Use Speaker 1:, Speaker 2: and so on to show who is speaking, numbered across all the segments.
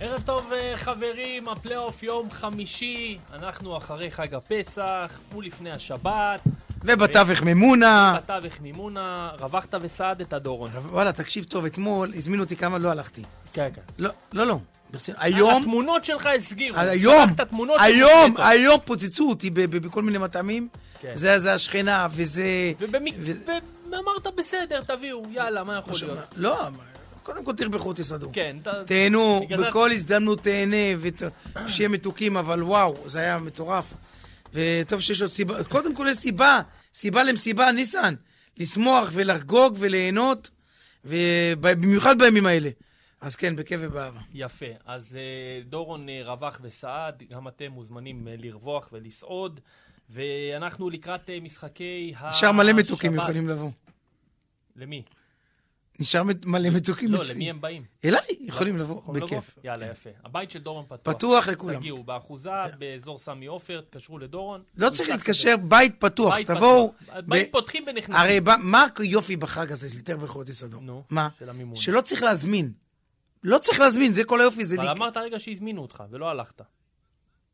Speaker 1: ערב טוב אה, חברים, הפלייאוף יום חמישי, אנחנו אחרי חג הפסח ולפני השבת,
Speaker 2: ובתווך ממונה.
Speaker 1: בתווך מימונה, רווחת וסעדת דורון.
Speaker 2: וואלה, תקשיב טוב, אתמול הזמינו אותי כמה, לא הלכתי.
Speaker 1: כן, כן.
Speaker 2: לא, לא, לא. ברצינות. היום, אה,
Speaker 1: התמונות שלך הסגירו.
Speaker 2: היום,
Speaker 1: שלחת תמונות של
Speaker 2: היום,
Speaker 1: מטר.
Speaker 2: היום פוצצו אותי ב- ב- בכל מיני מטעמים.
Speaker 1: כן.
Speaker 2: זה זה השכנה, וזה... ו-
Speaker 1: ובמקרה, אמרת בסדר, תביאו, יאללה, מה יכול להיות?
Speaker 2: לא, אבל קודם כל תרבחו, תסעדו.
Speaker 1: כן, אתה...
Speaker 2: תהנו,
Speaker 1: בגלל זה-
Speaker 2: בכל הזדמנות תהנה, ושיהיה מתוקים, אבל וואו, זה היה מטורף. וטוב שיש עוד סיבה, קודם כל יש סיבה, סיבה למסיבה, ניסן, לשמוח ולחגוג וליהנות, ובמיוחד בימים האלה. אז כן, בכיף ובאהבה.
Speaker 1: יפה. אז אה, דורון אה, רווח וסעד, גם אתם מוזמנים אה, לרווח ולסעוד. ואנחנו לקראת אה, משחקי השבת.
Speaker 2: נשאר מלא מתוקים יכולים לבוא.
Speaker 1: למי?
Speaker 2: נשאר מת- מלא מתוקים
Speaker 1: לא, למי הם לא, באים?
Speaker 2: אליי, יכולים לבוא,
Speaker 1: יכולים
Speaker 2: בכיף. כן.
Speaker 1: לבוא? יאללה, יפה. הבית של דורון פתוח.
Speaker 2: פתוח לכולם.
Speaker 1: תגיעו, באחוזה, באזור סמי עופר, תתקשרו לדורון.
Speaker 2: לא
Speaker 1: הוא
Speaker 2: צריך
Speaker 1: יפתח
Speaker 2: להתקשר, בית פתוח,
Speaker 1: בית
Speaker 2: תבואו.
Speaker 1: פתוח.
Speaker 2: ב-
Speaker 1: בית פותחים ונכנסים.
Speaker 2: הרי ב- מה יופי בחג הזה של תרבח חודש אדום?
Speaker 1: נו,
Speaker 2: מה?
Speaker 1: של המימון.
Speaker 2: שלא צריך להזמין. לא צריך להזמין, זה כל היופי, זה
Speaker 1: אבל
Speaker 2: דיק.
Speaker 1: אמרת רגע שהזמינו אותך, ולא הלכת.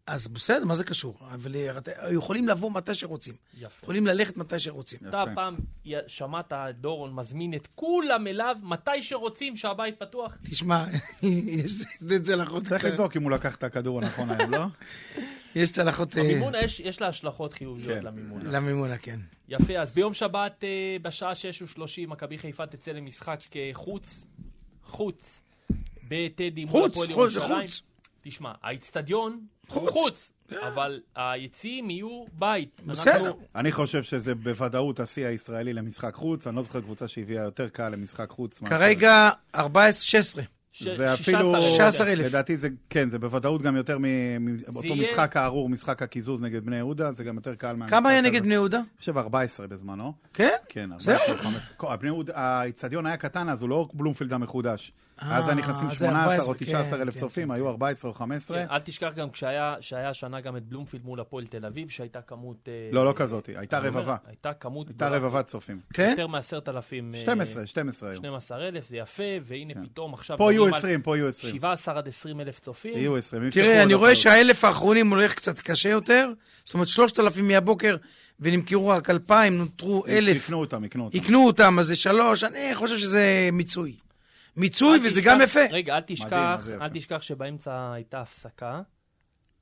Speaker 2: אז בסדר, מה זה קשור? אבל אה, אתה- יכולים לבוא מתי שרוצים.
Speaker 1: יפה.
Speaker 2: יכולים ללכת מתי שרוצים.
Speaker 1: אתה פעם י- שמעת דורון מזמין את כולם אליו, מתי שרוצים שהבית פתוח?
Speaker 2: תשמע, יש את זה לחוץ.
Speaker 3: צריך לבדוק אם הוא לקח את הכדור הנכון היום, לא?
Speaker 2: יש צלחות אה,
Speaker 1: המימונה, יש, יש לה השלכות חיוביות
Speaker 3: כן.
Speaker 1: למימונה.
Speaker 2: למימונה, כן.
Speaker 1: יפה, אז ביום שבת אה, בשעה 6:30 מכבי חיפה תצא למשחק אה, חוץ, חוץ, בטדי מול
Speaker 2: חוץ,
Speaker 1: הפועל
Speaker 2: חוץ, זה
Speaker 1: ירושלים.
Speaker 2: חוץ.
Speaker 1: תשמע, האיצטדיון הוא
Speaker 2: חוץ.
Speaker 1: חוץ,
Speaker 3: כן.
Speaker 1: אבל היציעים יהיו בית.
Speaker 2: בסדר.
Speaker 1: אנחנו-
Speaker 3: אני חושב שזה בוודאות השיא הישראלי למשחק חוץ, אני לא זוכר קבוצה שהביאה יותר קהל למשחק חוץ. מהפועל.
Speaker 2: כרגע 14, 16.
Speaker 1: ש-
Speaker 3: זה
Speaker 1: 16
Speaker 3: אפילו...
Speaker 1: אלף.
Speaker 2: 16,000.
Speaker 3: לדעתי זה, כן, זה בוודאות גם יותר מאותו
Speaker 1: יהיה-
Speaker 3: משחק הארור, משחק הקיזוז נגד בני יהודה, זה גם יותר קהל מהמשחק
Speaker 2: כמה היה
Speaker 3: הזה.
Speaker 2: נגד בני יהודה?
Speaker 3: אני חושב 14 בזמנו.
Speaker 2: כן?
Speaker 3: כן, 14,
Speaker 2: זהו.
Speaker 3: 15. כל- בני יהודה, האיצטדיון היה קטן אז, הוא לא בלומפילד המחודש.
Speaker 2: אה,
Speaker 3: אז היה נכנסים
Speaker 2: זה
Speaker 3: 18 או
Speaker 2: 14,
Speaker 3: 19 אלף
Speaker 2: כן,
Speaker 3: צופים,
Speaker 2: כן,
Speaker 3: היו 14 או 15.
Speaker 1: כן, אל תשכח גם כשהיה, שהיה השנה גם את בלומפילד מול הפועל תל אביב, שהייתה כמות... אה,
Speaker 3: לא, לא כזאת, הייתה
Speaker 1: אני אומר,
Speaker 3: רבבה.
Speaker 1: הייתה כמות...
Speaker 3: הייתה
Speaker 1: גדולה.
Speaker 3: רבבת צופים.
Speaker 2: כן?
Speaker 1: יותר מעשרת אלפים... אה,
Speaker 3: 12, 12 היו.
Speaker 1: 12,000, זה יפה, והנה פתאום עכשיו...
Speaker 3: כן. פה יהיו
Speaker 1: מדברים על
Speaker 3: 20, פה יהיו 20.
Speaker 1: 17 עד 20 אלף צופים.
Speaker 3: יהיו 20. יפתחו
Speaker 2: תראה,
Speaker 3: עוד
Speaker 2: אני רואה
Speaker 3: הפעם.
Speaker 2: שהאלף האחרונים הולך קצת קשה יותר. זאת אומרת, 3,000 מהבוקר, ונמכרו רק 2,000, נותרו 1,000.
Speaker 3: יקנו אותם, יקנו אותם.
Speaker 2: יקנו אותם, אז זה שלוש, אני חושב שזה מיצוי. מיצוי,
Speaker 1: אל
Speaker 2: וזה
Speaker 1: תשכח-
Speaker 2: גם יפה.
Speaker 1: רגע, אל
Speaker 3: מדהים,
Speaker 1: תשכח,
Speaker 3: אז זה יפה.
Speaker 1: אל תשכח שבאמצע הייתה הפסקה,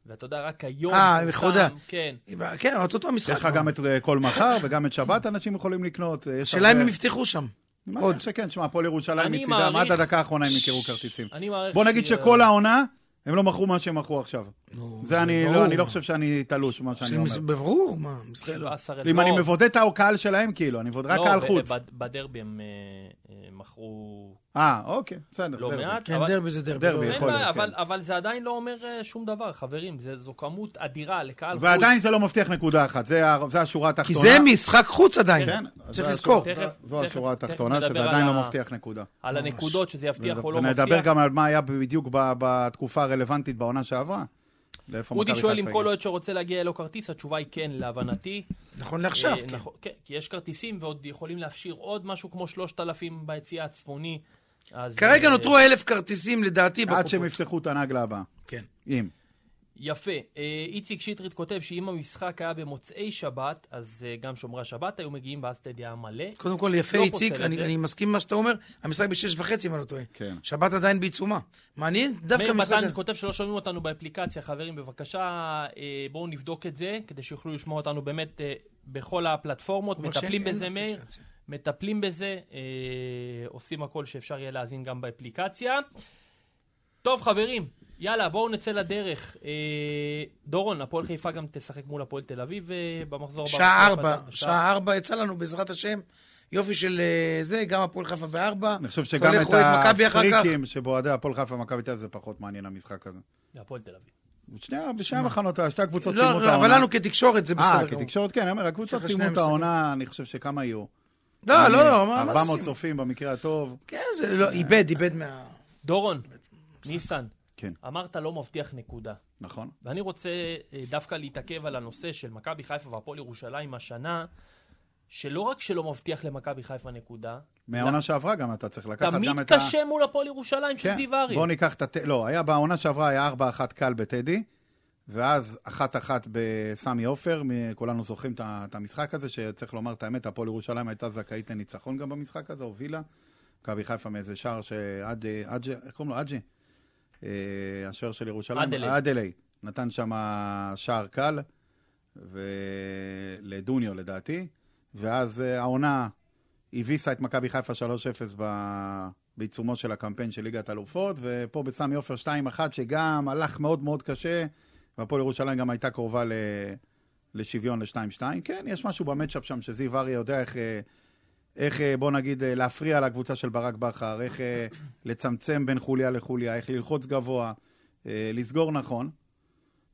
Speaker 1: ואתה יודע, רק היום...
Speaker 2: אה,
Speaker 1: פורסם-
Speaker 2: לכבודה.
Speaker 1: כן.
Speaker 2: כן, אבל אותו
Speaker 3: יש לך
Speaker 2: המשחק.
Speaker 3: גם את אה, כל מחר וגם את שבת אנשים יכולים לקנות. אה, יש
Speaker 2: השאלה אם
Speaker 3: הרבה-
Speaker 2: הם יבטחו שם.
Speaker 3: אני
Speaker 2: עוד.
Speaker 3: מניח שכן, שמע, הפועל ירושלים
Speaker 1: אני
Speaker 3: מצידם,
Speaker 1: מעריך-
Speaker 3: עד הדקה האחרונה הם ימכרו כרטיסים.
Speaker 1: אני מעריך...
Speaker 3: בוא נגיד
Speaker 1: שהיא, אה,
Speaker 3: שכל העונה, הם לא מכרו מה שהם מכרו עכשיו.
Speaker 2: נו,
Speaker 3: זה אני
Speaker 2: ברור.
Speaker 3: לא- אני לא חושב שאני תלוש, מה שאני
Speaker 2: שהם- זה
Speaker 3: אומר.
Speaker 2: ברור, מה, משחק לא.
Speaker 1: 17,000.
Speaker 3: אם
Speaker 1: לא,
Speaker 3: אני מבודד את הקהל שלהם, כאילו, אני מבודד רק
Speaker 1: לא,
Speaker 3: קהל
Speaker 1: ב-
Speaker 3: חוץ.
Speaker 1: בד- בדרבי הם אה, אה, מכרו
Speaker 3: אה, אוקיי, בסדר.
Speaker 1: לא
Speaker 3: דרבי.
Speaker 1: מעט,
Speaker 2: כן,
Speaker 1: אבל...
Speaker 2: דרבי זה דרבי.
Speaker 3: דרבי,
Speaker 2: לא.
Speaker 1: אין
Speaker 3: יכול להיות,
Speaker 1: בעיה,
Speaker 3: כן.
Speaker 1: אבל- אבל זה עדיין לא אומר אה, שום דבר, חברים. זה- זו כמות אדירה לקהל חוץ.
Speaker 3: ועדיין זה לא מבטיח נקודה אחת, זה ה- זה השורה
Speaker 2: כי
Speaker 3: התחתונה.
Speaker 2: זה משחק חוץ עדיין.
Speaker 3: כן,
Speaker 2: צריך
Speaker 3: זה
Speaker 2: לזכור.
Speaker 3: השורה-
Speaker 1: תכף-
Speaker 3: זו
Speaker 1: תכף-
Speaker 3: השורה
Speaker 1: תכף
Speaker 3: התחתונה, שזה
Speaker 1: נדבר
Speaker 3: עדיין
Speaker 1: על
Speaker 3: לא
Speaker 1: ה-
Speaker 3: מבטיח נקודה.
Speaker 1: על הנקודות, שזה יבטיח או לא מבטיח.
Speaker 3: ונדבר גם על מה היה בדיוק ב- בתקופה הרלוונטית בעונה שעברה. לאיפה
Speaker 1: אודי
Speaker 3: מכבי
Speaker 1: שואל
Speaker 3: חיפה
Speaker 1: אם כל
Speaker 3: הגיעה.
Speaker 1: אוהד שרוצה להגיע יהיה לו כרטיס, התשובה היא כן, להבנתי.
Speaker 2: נכון לעכשיו,
Speaker 1: אה,
Speaker 2: כן.
Speaker 1: נכון, כן, כי יש כרטיסים ועוד יכולים להפשיר עוד משהו כמו 3,000 ביציע הצפוני. אז,
Speaker 2: כרגע
Speaker 1: אה,
Speaker 2: נותרו אלף כרטיסים לדעתי
Speaker 3: עד שהם
Speaker 2: בקופות.
Speaker 3: יפתחו את הנגלה הבאה.
Speaker 2: כן.
Speaker 3: אם.
Speaker 1: יפה. אה, איציק שטרית כותב שאם המשחק היה במוצאי שבת, אז אה, גם שומרי השבת היו מגיעים, ואז אתה יודע מלא.
Speaker 2: קודם כל, יפה,
Speaker 1: לא
Speaker 2: איציק,
Speaker 1: פוסל את
Speaker 2: אני
Speaker 1: זה.
Speaker 2: אני מסכים עם מה שאתה אומר. המשחק בשש וחצי, אם אני לא טועה.
Speaker 3: כן.
Speaker 2: שבת עדיין בעיצומה. מעניין, דווקא
Speaker 1: מאיר
Speaker 2: משחק...
Speaker 1: מתן כותב שלא שומעים אותנו באפליקציה, חברים, בבקשה, אה, בואו נבדוק את זה, כדי שיוכלו לשמוע אותנו באמת אה, בכל הפלטפורמות.
Speaker 2: הוא אומר שאין-
Speaker 1: מטפלים
Speaker 2: אין
Speaker 1: בזה, מאיר.
Speaker 2: אפליקציה.
Speaker 1: מטפלים בזה, אה, עושים הכל שאפשר יהיה להאזין גם באפליקציה. טוב, חברים, יאללה, בואו נצא לדרך. אה, דורון, הפועל חיפה גם תשחק מול הפועל תל אביב אה, במחזור הבא.
Speaker 2: שעה
Speaker 1: בשעה
Speaker 2: ארבע,
Speaker 1: ארבע.
Speaker 2: שעה ארבע יצא לנו בעזרת השם. יופי של אה, זה, גם הפועל חיפה בארבע.
Speaker 3: אני חושב
Speaker 2: אתה
Speaker 3: שגם
Speaker 2: הולך,
Speaker 3: את
Speaker 2: רואה מכבי אחר כך.
Speaker 3: הסטריקים שבאוהדי הפועל חיפה ומכבי תל אביב זה פחות מעניין המשחק הזה.
Speaker 1: הפועל תל אביב.
Speaker 3: שני- בשני המחנות, שתי הקבוצות
Speaker 2: לא,
Speaker 3: סיימו את
Speaker 2: לא, אבל
Speaker 3: העונה.
Speaker 2: לנו כתקשורת זה בסדר
Speaker 3: אה,
Speaker 2: גמור.
Speaker 3: כתקשורת כן, אני אומר, הקבוצות
Speaker 2: יש לך
Speaker 3: סיימו
Speaker 2: שני
Speaker 3: את העונה, אני חושב שכמה יהיו.
Speaker 2: לא, לא, לא, מה- מה זה
Speaker 3: 400
Speaker 2: סימן?
Speaker 3: אה, צופים במקרה הטוב.
Speaker 2: כן, זה לא, איבד, איבד מה...
Speaker 1: דורון, ניסן,
Speaker 3: כן,
Speaker 1: אמרת לא מבטיח נקודה.
Speaker 3: נכון.
Speaker 1: ואני רוצה אה, דווקא להתעכב על הנושא של מכבי חיפה והפועל ירושלים השנה, שלא רק שלא מבטיח למכבי חיפה נקודה,
Speaker 2: לא.
Speaker 3: מהעונה שעברה גם אתה צריך לקחת
Speaker 1: תמיד
Speaker 3: גם את ה... כן,
Speaker 1: קשה מול הפועל ירושלים של זיו ארי.
Speaker 3: בוא ניקח את הת... לא, היה בעונה שעברה, היה 4-1 קל בטדי, ואז 1-1 בסמי עופר, מ- כולנו זוכרים את ה- את המשחק הזה, שצריך לומר את האמת, הפועל ירושלים הייתה זכאית לניצחון גם במשחק הזה, הובילה. מכבי חיפה מאיזה שער שאג'י, אג'י, איך קוראים לו? אג'י. אה, השוער של ירושלים.
Speaker 1: אדלי.
Speaker 3: אדלי. נתן שם שער קל, ולדוניו לדעתי, ואז אה, העונה הביסה את מכבי חיפה 3-0 ב... בעיצומו של הקמפיין של ליגת אלופות, ופה בסמי עופר 2-1, שגם הלך מאוד מאוד קשה, והפועל ירושלים גם הייתה קרובה ל... לשוויון ל-2-2. כן, יש משהו במצ'אפ שם שזיו אריה יודע איך, אה, איך, אה, בוא נגיד, אה, להפריע לקבוצה של ברק בכר, איך אה, לצמצם בין חוליה לחוליה, איך ללחוץ גבוה, אה, לסגור נכון.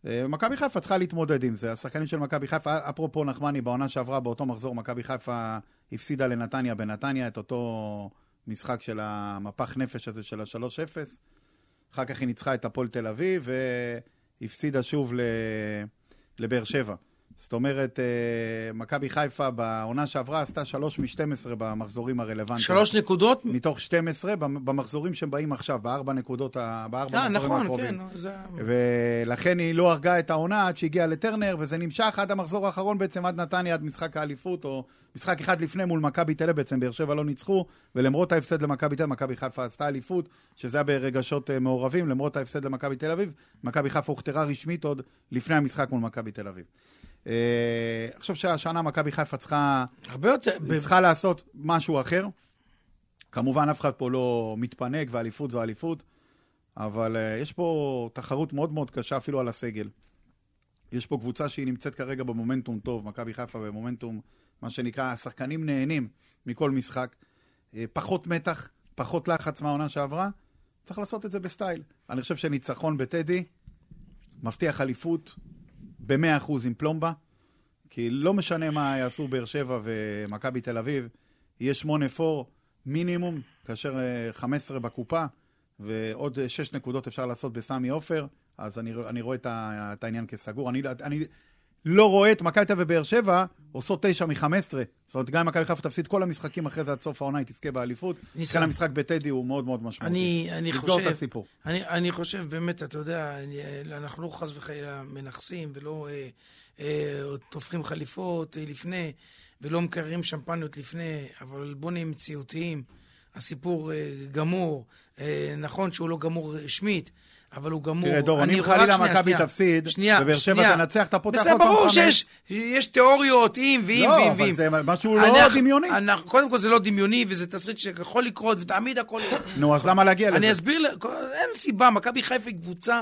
Speaker 3: אה, מכבי חיפה צריכה להתמודד עם זה. השחקנים של מכבי חיפה, אה, אפרופו נחמני, בעונה שעברה, באותו מחזור, מכבי חיפה הפסידה לנתניה בנתניה את אותו משחק של המפח נפש הזה של ה-3-0. אחר כך היא ניצחה את הפועל תל אביב והפסידה שוב ל... לבאר שבע. זאת אומרת, אה, מכבי חיפה בעונה שעברה עשתה 3 מ-12 במחזורים הרלוונטיים.
Speaker 2: שלוש נקודות?
Speaker 3: מתוך 12 במ- במחזורים שהם באים עכשיו, בארבע נקודות, ה- בארבע
Speaker 2: אה,
Speaker 3: מחזורים
Speaker 2: נכון,
Speaker 3: הקרובים.
Speaker 2: כן. זה-
Speaker 3: ולכן היא לא הרגה את העונה עד שהגיעה לטרנר, וזה נמשך עד המחזור האחרון בעצם, עד נתניה, עד משחק האליפות, או משחק אחד לפני מול מכבי תל אביב בעצם, באר שבע לא ניצחו, ולמרות ההפסד למכבי תל אביב, מכבי חיפה עשתה אליפות, שזה היה ברגשות אה, מעורבים, למרות ההפסד למכבי תל אביב, מכבי חיפה הוכתרה רשמית עוד לפני המשחק מול מכבי תל אביב. אה, אני חושב שהשנה מכבי חיפה צריכה...
Speaker 2: הרבה יותר. ב-
Speaker 3: היא צריכה לעשות משהו אחר. כמובן, אף אחד פה לא מתפנק, ואליפות זו אליפות, אבל אה, יש פה תחרות מאוד מאוד קשה אפילו על הסגל. יש פה קבוצה שהיא נמצאת כרגע במומנטום טוב, מכבי חיפה במומנטום, מה שנקרא, השחקנים נהנים מכל משחק. אה, פחות מתח, פחות לחץ מהעונה שעברה, צריך לעשות את זה בסטייל. אני חושב שניצחון בטדי מבטיח אליפות ב-100% עם פלומבה. כי לא משנה מה יעשו באר שבע ומכבי תל אביב, יהיה 8 פור מינימום, כאשר אה, 15 בקופה, ועוד 6 נקודות אפשר לעשות בסמי עופר, אז אני, אני רואה את, ה, את העניין כסגור. אני, אני לא רואה את מכבי תל אביב ובאר שבע עושות 9 מ-15. זאת אומרת, גם אם מכבי חיפה תפסיד כל המשחקים אחרי זה עד סוף העונה, היא תזכה באליפות.
Speaker 2: ניסן.
Speaker 3: לכן המשחק בטדי הוא מאוד מאוד משמעותי.
Speaker 2: אני, אני חושב...
Speaker 3: לסגור את הסיפור.
Speaker 2: אני, אני חושב באמת, אתה יודע, אני- אנחנו לא חס וחלילה מנכסים ולא אה, אה, תופרים חליפות אה, לפני, ולא מקררים שמפניות לפני, אבל בוא נהיה מציאותיים. הסיפור אה, גמור, אה, נכון שהוא לא גמור רשמית, אבל הוא גמור.
Speaker 3: תראה, דורון,
Speaker 2: אני
Speaker 3: אם
Speaker 2: רואה-
Speaker 3: חלילה
Speaker 2: שנייה,
Speaker 3: מכבי
Speaker 2: שנייה.
Speaker 3: תפסיד,
Speaker 2: שנייה,
Speaker 3: ובאר שבע
Speaker 2: שנייה.
Speaker 3: תנצח, אתה פותח
Speaker 2: בסדר,
Speaker 3: עוד פעם
Speaker 2: ברור
Speaker 3: חמש.
Speaker 2: שיש יש תיאוריות, אם ואם
Speaker 3: לא,
Speaker 2: ואם
Speaker 3: אבל
Speaker 2: ואם.
Speaker 3: זה משהו לא
Speaker 2: אנחנו-
Speaker 3: דמיוני.
Speaker 2: אנחנו- קודם כל זה לא דמיוני, וזה תסריט שיכול לקרות, ותמיד הכל...
Speaker 3: נו, אז למה להגיע לזה?
Speaker 2: אני אסביר, ל- אין סיבה, מכבי חיפה היא קבוצה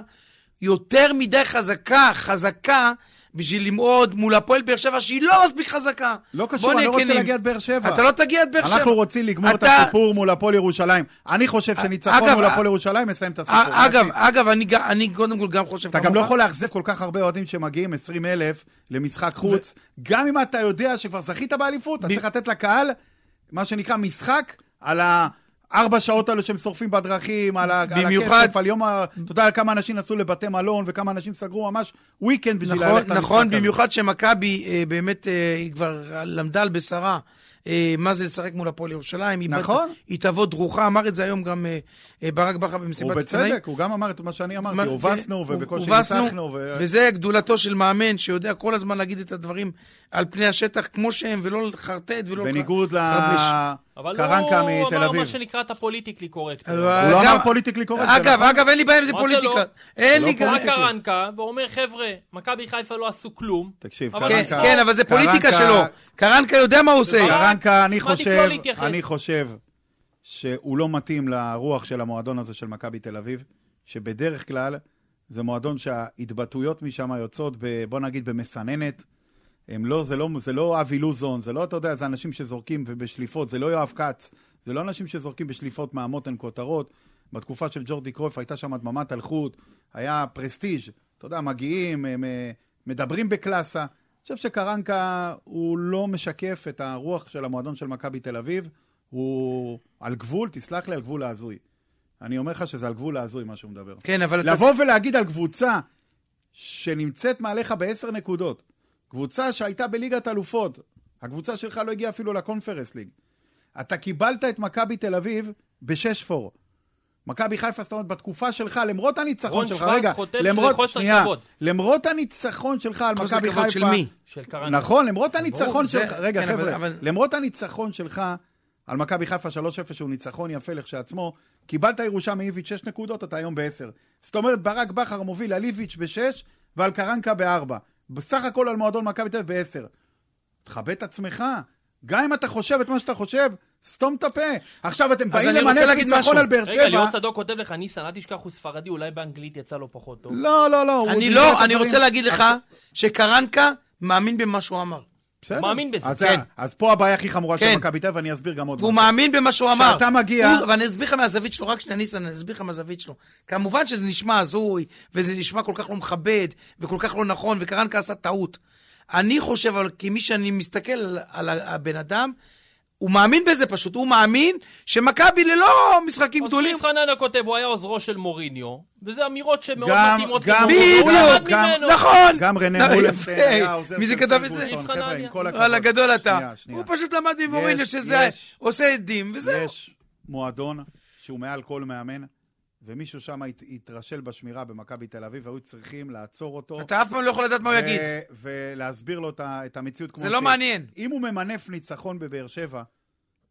Speaker 2: יותר מדי חזקה, חזקה, בשביל למעוד מול הפועל באר שבע שהיא לא מספיק חזקה.
Speaker 3: לא
Speaker 2: בוא
Speaker 3: קשור, אני
Speaker 2: נהיה
Speaker 3: לא רוצה
Speaker 2: כנים.
Speaker 3: להגיע עד באר שבע.
Speaker 2: אתה לא תגיע עד באר שבע.
Speaker 3: אנחנו רוצים לגמור את
Speaker 2: אתה- אה,
Speaker 3: הסיפור מול הפועל ירושלים. אני חושב שניצחון
Speaker 2: אגב,
Speaker 3: מול הפועל
Speaker 2: א-
Speaker 3: ירושלים מסיים את הסיפור.
Speaker 2: א- אה, אגב, אה,
Speaker 3: לדעתי.
Speaker 2: אגב, אני ג- אני קודם כל גם חושב...
Speaker 3: אתה גם
Speaker 2: כמוך.
Speaker 3: לא יכול לאכזב כל כך הרבה אוהדים שמגיעים 20 אלף למשחק חוץ. גם אם אתה יודע שכבר זכית באליפות, אתה
Speaker 2: ב-
Speaker 3: צריך לתת לקהל, מה שנקרא, משחק על ה... ארבע שעות האלו שהם שורפים בדרכים, על ה- על
Speaker 2: במיוחד-
Speaker 3: הכסף, על יום ה... אתה יודע כמה אנשים נסעו לבתי מלון וכמה אנשים סגרו ממש weekend בשביל ללכת
Speaker 2: נכון,
Speaker 3: למשחק
Speaker 2: נכון,
Speaker 3: הזה.
Speaker 2: במיוחד שמכבי אה, באמת, אה, היא כבר למדה על בשרה. אה, מה זה לשחק מול הפועל ירושלים. היא בת-
Speaker 3: נכון.
Speaker 2: היא תבוא דרוכה, אמר את זה היום גם אה, אה, ברק בכר
Speaker 3: הוא
Speaker 2: במסיבת עיתונאים.
Speaker 3: בצדק, הוא גם אמר את מה שאני אמרתי,
Speaker 2: מה-
Speaker 3: הובסנו
Speaker 2: כן,
Speaker 3: ובקושי
Speaker 2: הובסנו,
Speaker 3: ניצחנו. ו-
Speaker 2: וזה גדולתו של מאמן שיודע כל הזמן להגיד את הדברים על פני השטח כמו שהם, ולא לחרטט ולא לח-
Speaker 3: בניגוד
Speaker 2: לחרבש.
Speaker 1: אבל
Speaker 3: לקרנקה
Speaker 1: הוא
Speaker 3: מתל
Speaker 1: אמר מה
Speaker 3: אביב.
Speaker 1: שנקרא את הפוליטיקלי קורקט.
Speaker 2: אבל-
Speaker 3: הוא לא
Speaker 2: אגב-
Speaker 3: אמר פוליטיקלי קורקט. זה
Speaker 2: אגב,
Speaker 3: נכון.
Speaker 2: אגב, אין לי בעיה עם זה
Speaker 1: מה זה
Speaker 2: פוליטיקה.
Speaker 1: לא?
Speaker 2: אין
Speaker 3: לא
Speaker 2: לי גם...
Speaker 1: בא
Speaker 3: פוליטיקלי.
Speaker 1: קרנקה ואומר, חבר'ה, מכבי חיפה לא עשו כלום.
Speaker 3: תקשיב,
Speaker 1: אבל
Speaker 2: כן,
Speaker 1: קרנקה-
Speaker 2: כן, אבל זה פוליטיקה
Speaker 3: קרנקה-
Speaker 2: שלו. קרנקה יודע מה הוא עושה.
Speaker 1: ברק,
Speaker 3: קרנקה, אני
Speaker 1: מעדיף לא
Speaker 3: חושב,
Speaker 1: להתייחס.
Speaker 3: אני חושב שהוא לא מתאים לרוח של המועדון הזה של מכבי תל אביב, שבדרך כלל זה מועדון שההתבטאויות משם יוצאות, ב, בוא נגיד, במסננת. הם לא, זה לא, זה לא אבי לוזון, זה לא, אתה יודע, זה אנשים שזורקים ובשליפות, זה לא יואב כץ, זה לא אנשים שזורקים בשליפות מהמותן כותרות. בתקופה של ג'ורדי קרויף הייתה שם הדממת אלחוט, היה פרסטיג', אתה יודע, מגיעים, הם, אה, מדברים בקלאסה. אני חושב שקרנקה הוא לא משקף את הרוח של המועדון של מכבי תל אביב, הוא על גבול, תסלח לי, על גבול ההזוי. אני אומר לך שזה על גבול ההזוי מה שהוא מדבר.
Speaker 2: כן, אבל אתה-
Speaker 3: לבוא ולהגיד על קבוצה שנמצאת מעליך בעשר נקודות, קבוצה שהייתה בליגת אלופות, הקבוצה שלך לא הגיעה אפילו לקונפרנס ליג. אתה קיבלת את מכבי תל אביב ב-6-4. מכבי חיפה, זאת אומרת, בתקופה שלך, למרות
Speaker 1: רון
Speaker 3: הניצחון שלך,
Speaker 1: שוורץ
Speaker 3: רגע,
Speaker 1: חוטף
Speaker 3: למרות,
Speaker 1: שזה חוסר
Speaker 3: שנייה,
Speaker 1: כבוד.
Speaker 3: למרות הניצחון שלך על מכבי
Speaker 2: חוסר
Speaker 3: חיפה,
Speaker 2: כבוד של מי?
Speaker 1: של קרנקה.
Speaker 3: נכון, למרות הניצחון
Speaker 2: זה-
Speaker 3: שלך, רגע,
Speaker 2: כן, אבל-
Speaker 3: חבר'ה,
Speaker 2: אבל-
Speaker 3: למרות הניצחון שלך על מכבי חיפה 3-0, שהוא ניצחון יפה לכשעצמו, קיבלת ירושה מאיביץ' 6 נקודות, אתה היום ב-10. זאת אומרת, ברק בכר מוביל על איביץ' ב-6 ועל קרנקה ב-4. בסך הכל על מועדון מכבי תל אביב ב-10. תכבד את עצמך. גם אם אתה חושב את מה שאתה חושב, סתום את הפה. עכשיו אתם באים
Speaker 2: אני רוצה
Speaker 3: למנף
Speaker 2: להגיד משהו.
Speaker 3: ניצחון על באר
Speaker 1: רגע, ליאור
Speaker 3: שבע.
Speaker 1: צדוק כותב לך, ניסן, אל תשכח, הוא ספרדי, אולי באנגלית יצא לו פחות טוב.
Speaker 3: לא, לא, לא. הוא
Speaker 2: אני
Speaker 3: דיבר את
Speaker 2: לא, אני
Speaker 3: הדברים.
Speaker 2: רוצה להגיד לך
Speaker 3: אז-
Speaker 2: שקרנקה מאמין במה שהוא אמר.
Speaker 3: בסדר.
Speaker 1: מאמין בזה,
Speaker 3: אז-
Speaker 2: כן.
Speaker 3: אז פה הבעיה הכי חמורה של
Speaker 2: כן.
Speaker 3: מכבי תל אביב, ואני אסביר גם עוד
Speaker 2: והוא מאמין במה שהוא אמר.
Speaker 3: כשאתה מגיע-
Speaker 2: הוא- ואני אסביר לך מהזווית שלו, רק שנייה, ניסן, אני אסביר לך מהזווית שלו. כמובן שזה נשמע הזוי, וזה נשמע כל כך לא מכבד, וכל כך לא נכון, וקרנקה עשה טעות. אני חושב, אבל כמי שאני מסתכל על, על ה- הבן אדם, הוא מאמין בזה פשוט, הוא מאמין שמכבי ללא משחקים
Speaker 1: אז
Speaker 2: גדולים.
Speaker 1: קריס חננה כותב, הוא היה עוזרו של מוריניו, וזה אמירות שמאוד
Speaker 3: גם-
Speaker 1: מתאימות
Speaker 3: גם-
Speaker 1: למוריניו, הוא למד
Speaker 2: בדיוק,
Speaker 3: גם-
Speaker 1: ממנו.
Speaker 2: נכון!
Speaker 3: גם
Speaker 2: לא,
Speaker 3: רנה
Speaker 2: יפה.
Speaker 3: מולנטיין היה עוזר
Speaker 2: מי זה
Speaker 3: של
Speaker 2: כתב את זה?
Speaker 3: פרגוסון,
Speaker 1: יוסי
Speaker 3: חבר'ה, עם
Speaker 1: חנניה.
Speaker 3: כל הכבוד.
Speaker 2: וואלה, גדול אתה.
Speaker 3: שנייה, שנייה.
Speaker 2: הוא פשוט למד ממוריניו
Speaker 3: יש,
Speaker 2: שזה
Speaker 3: יש.
Speaker 2: עושה עדים, וזהו.
Speaker 3: יש מועדון שהוא מעל כל מאמן, ומישהו שם הת- התרשל בשמירה במכבי תל אביב, והיו צריכים לעצור אותו.
Speaker 2: אתה אף פעם לא יכול לדעת מה הוא
Speaker 3: ו-
Speaker 2: יגיד.
Speaker 3: ולהסביר לו את ה- את המציאות כמו
Speaker 2: זה לא
Speaker 3: שהיא.
Speaker 2: מעניין.
Speaker 3: כן, אם הוא ממנף ניצחון בבאר שבע,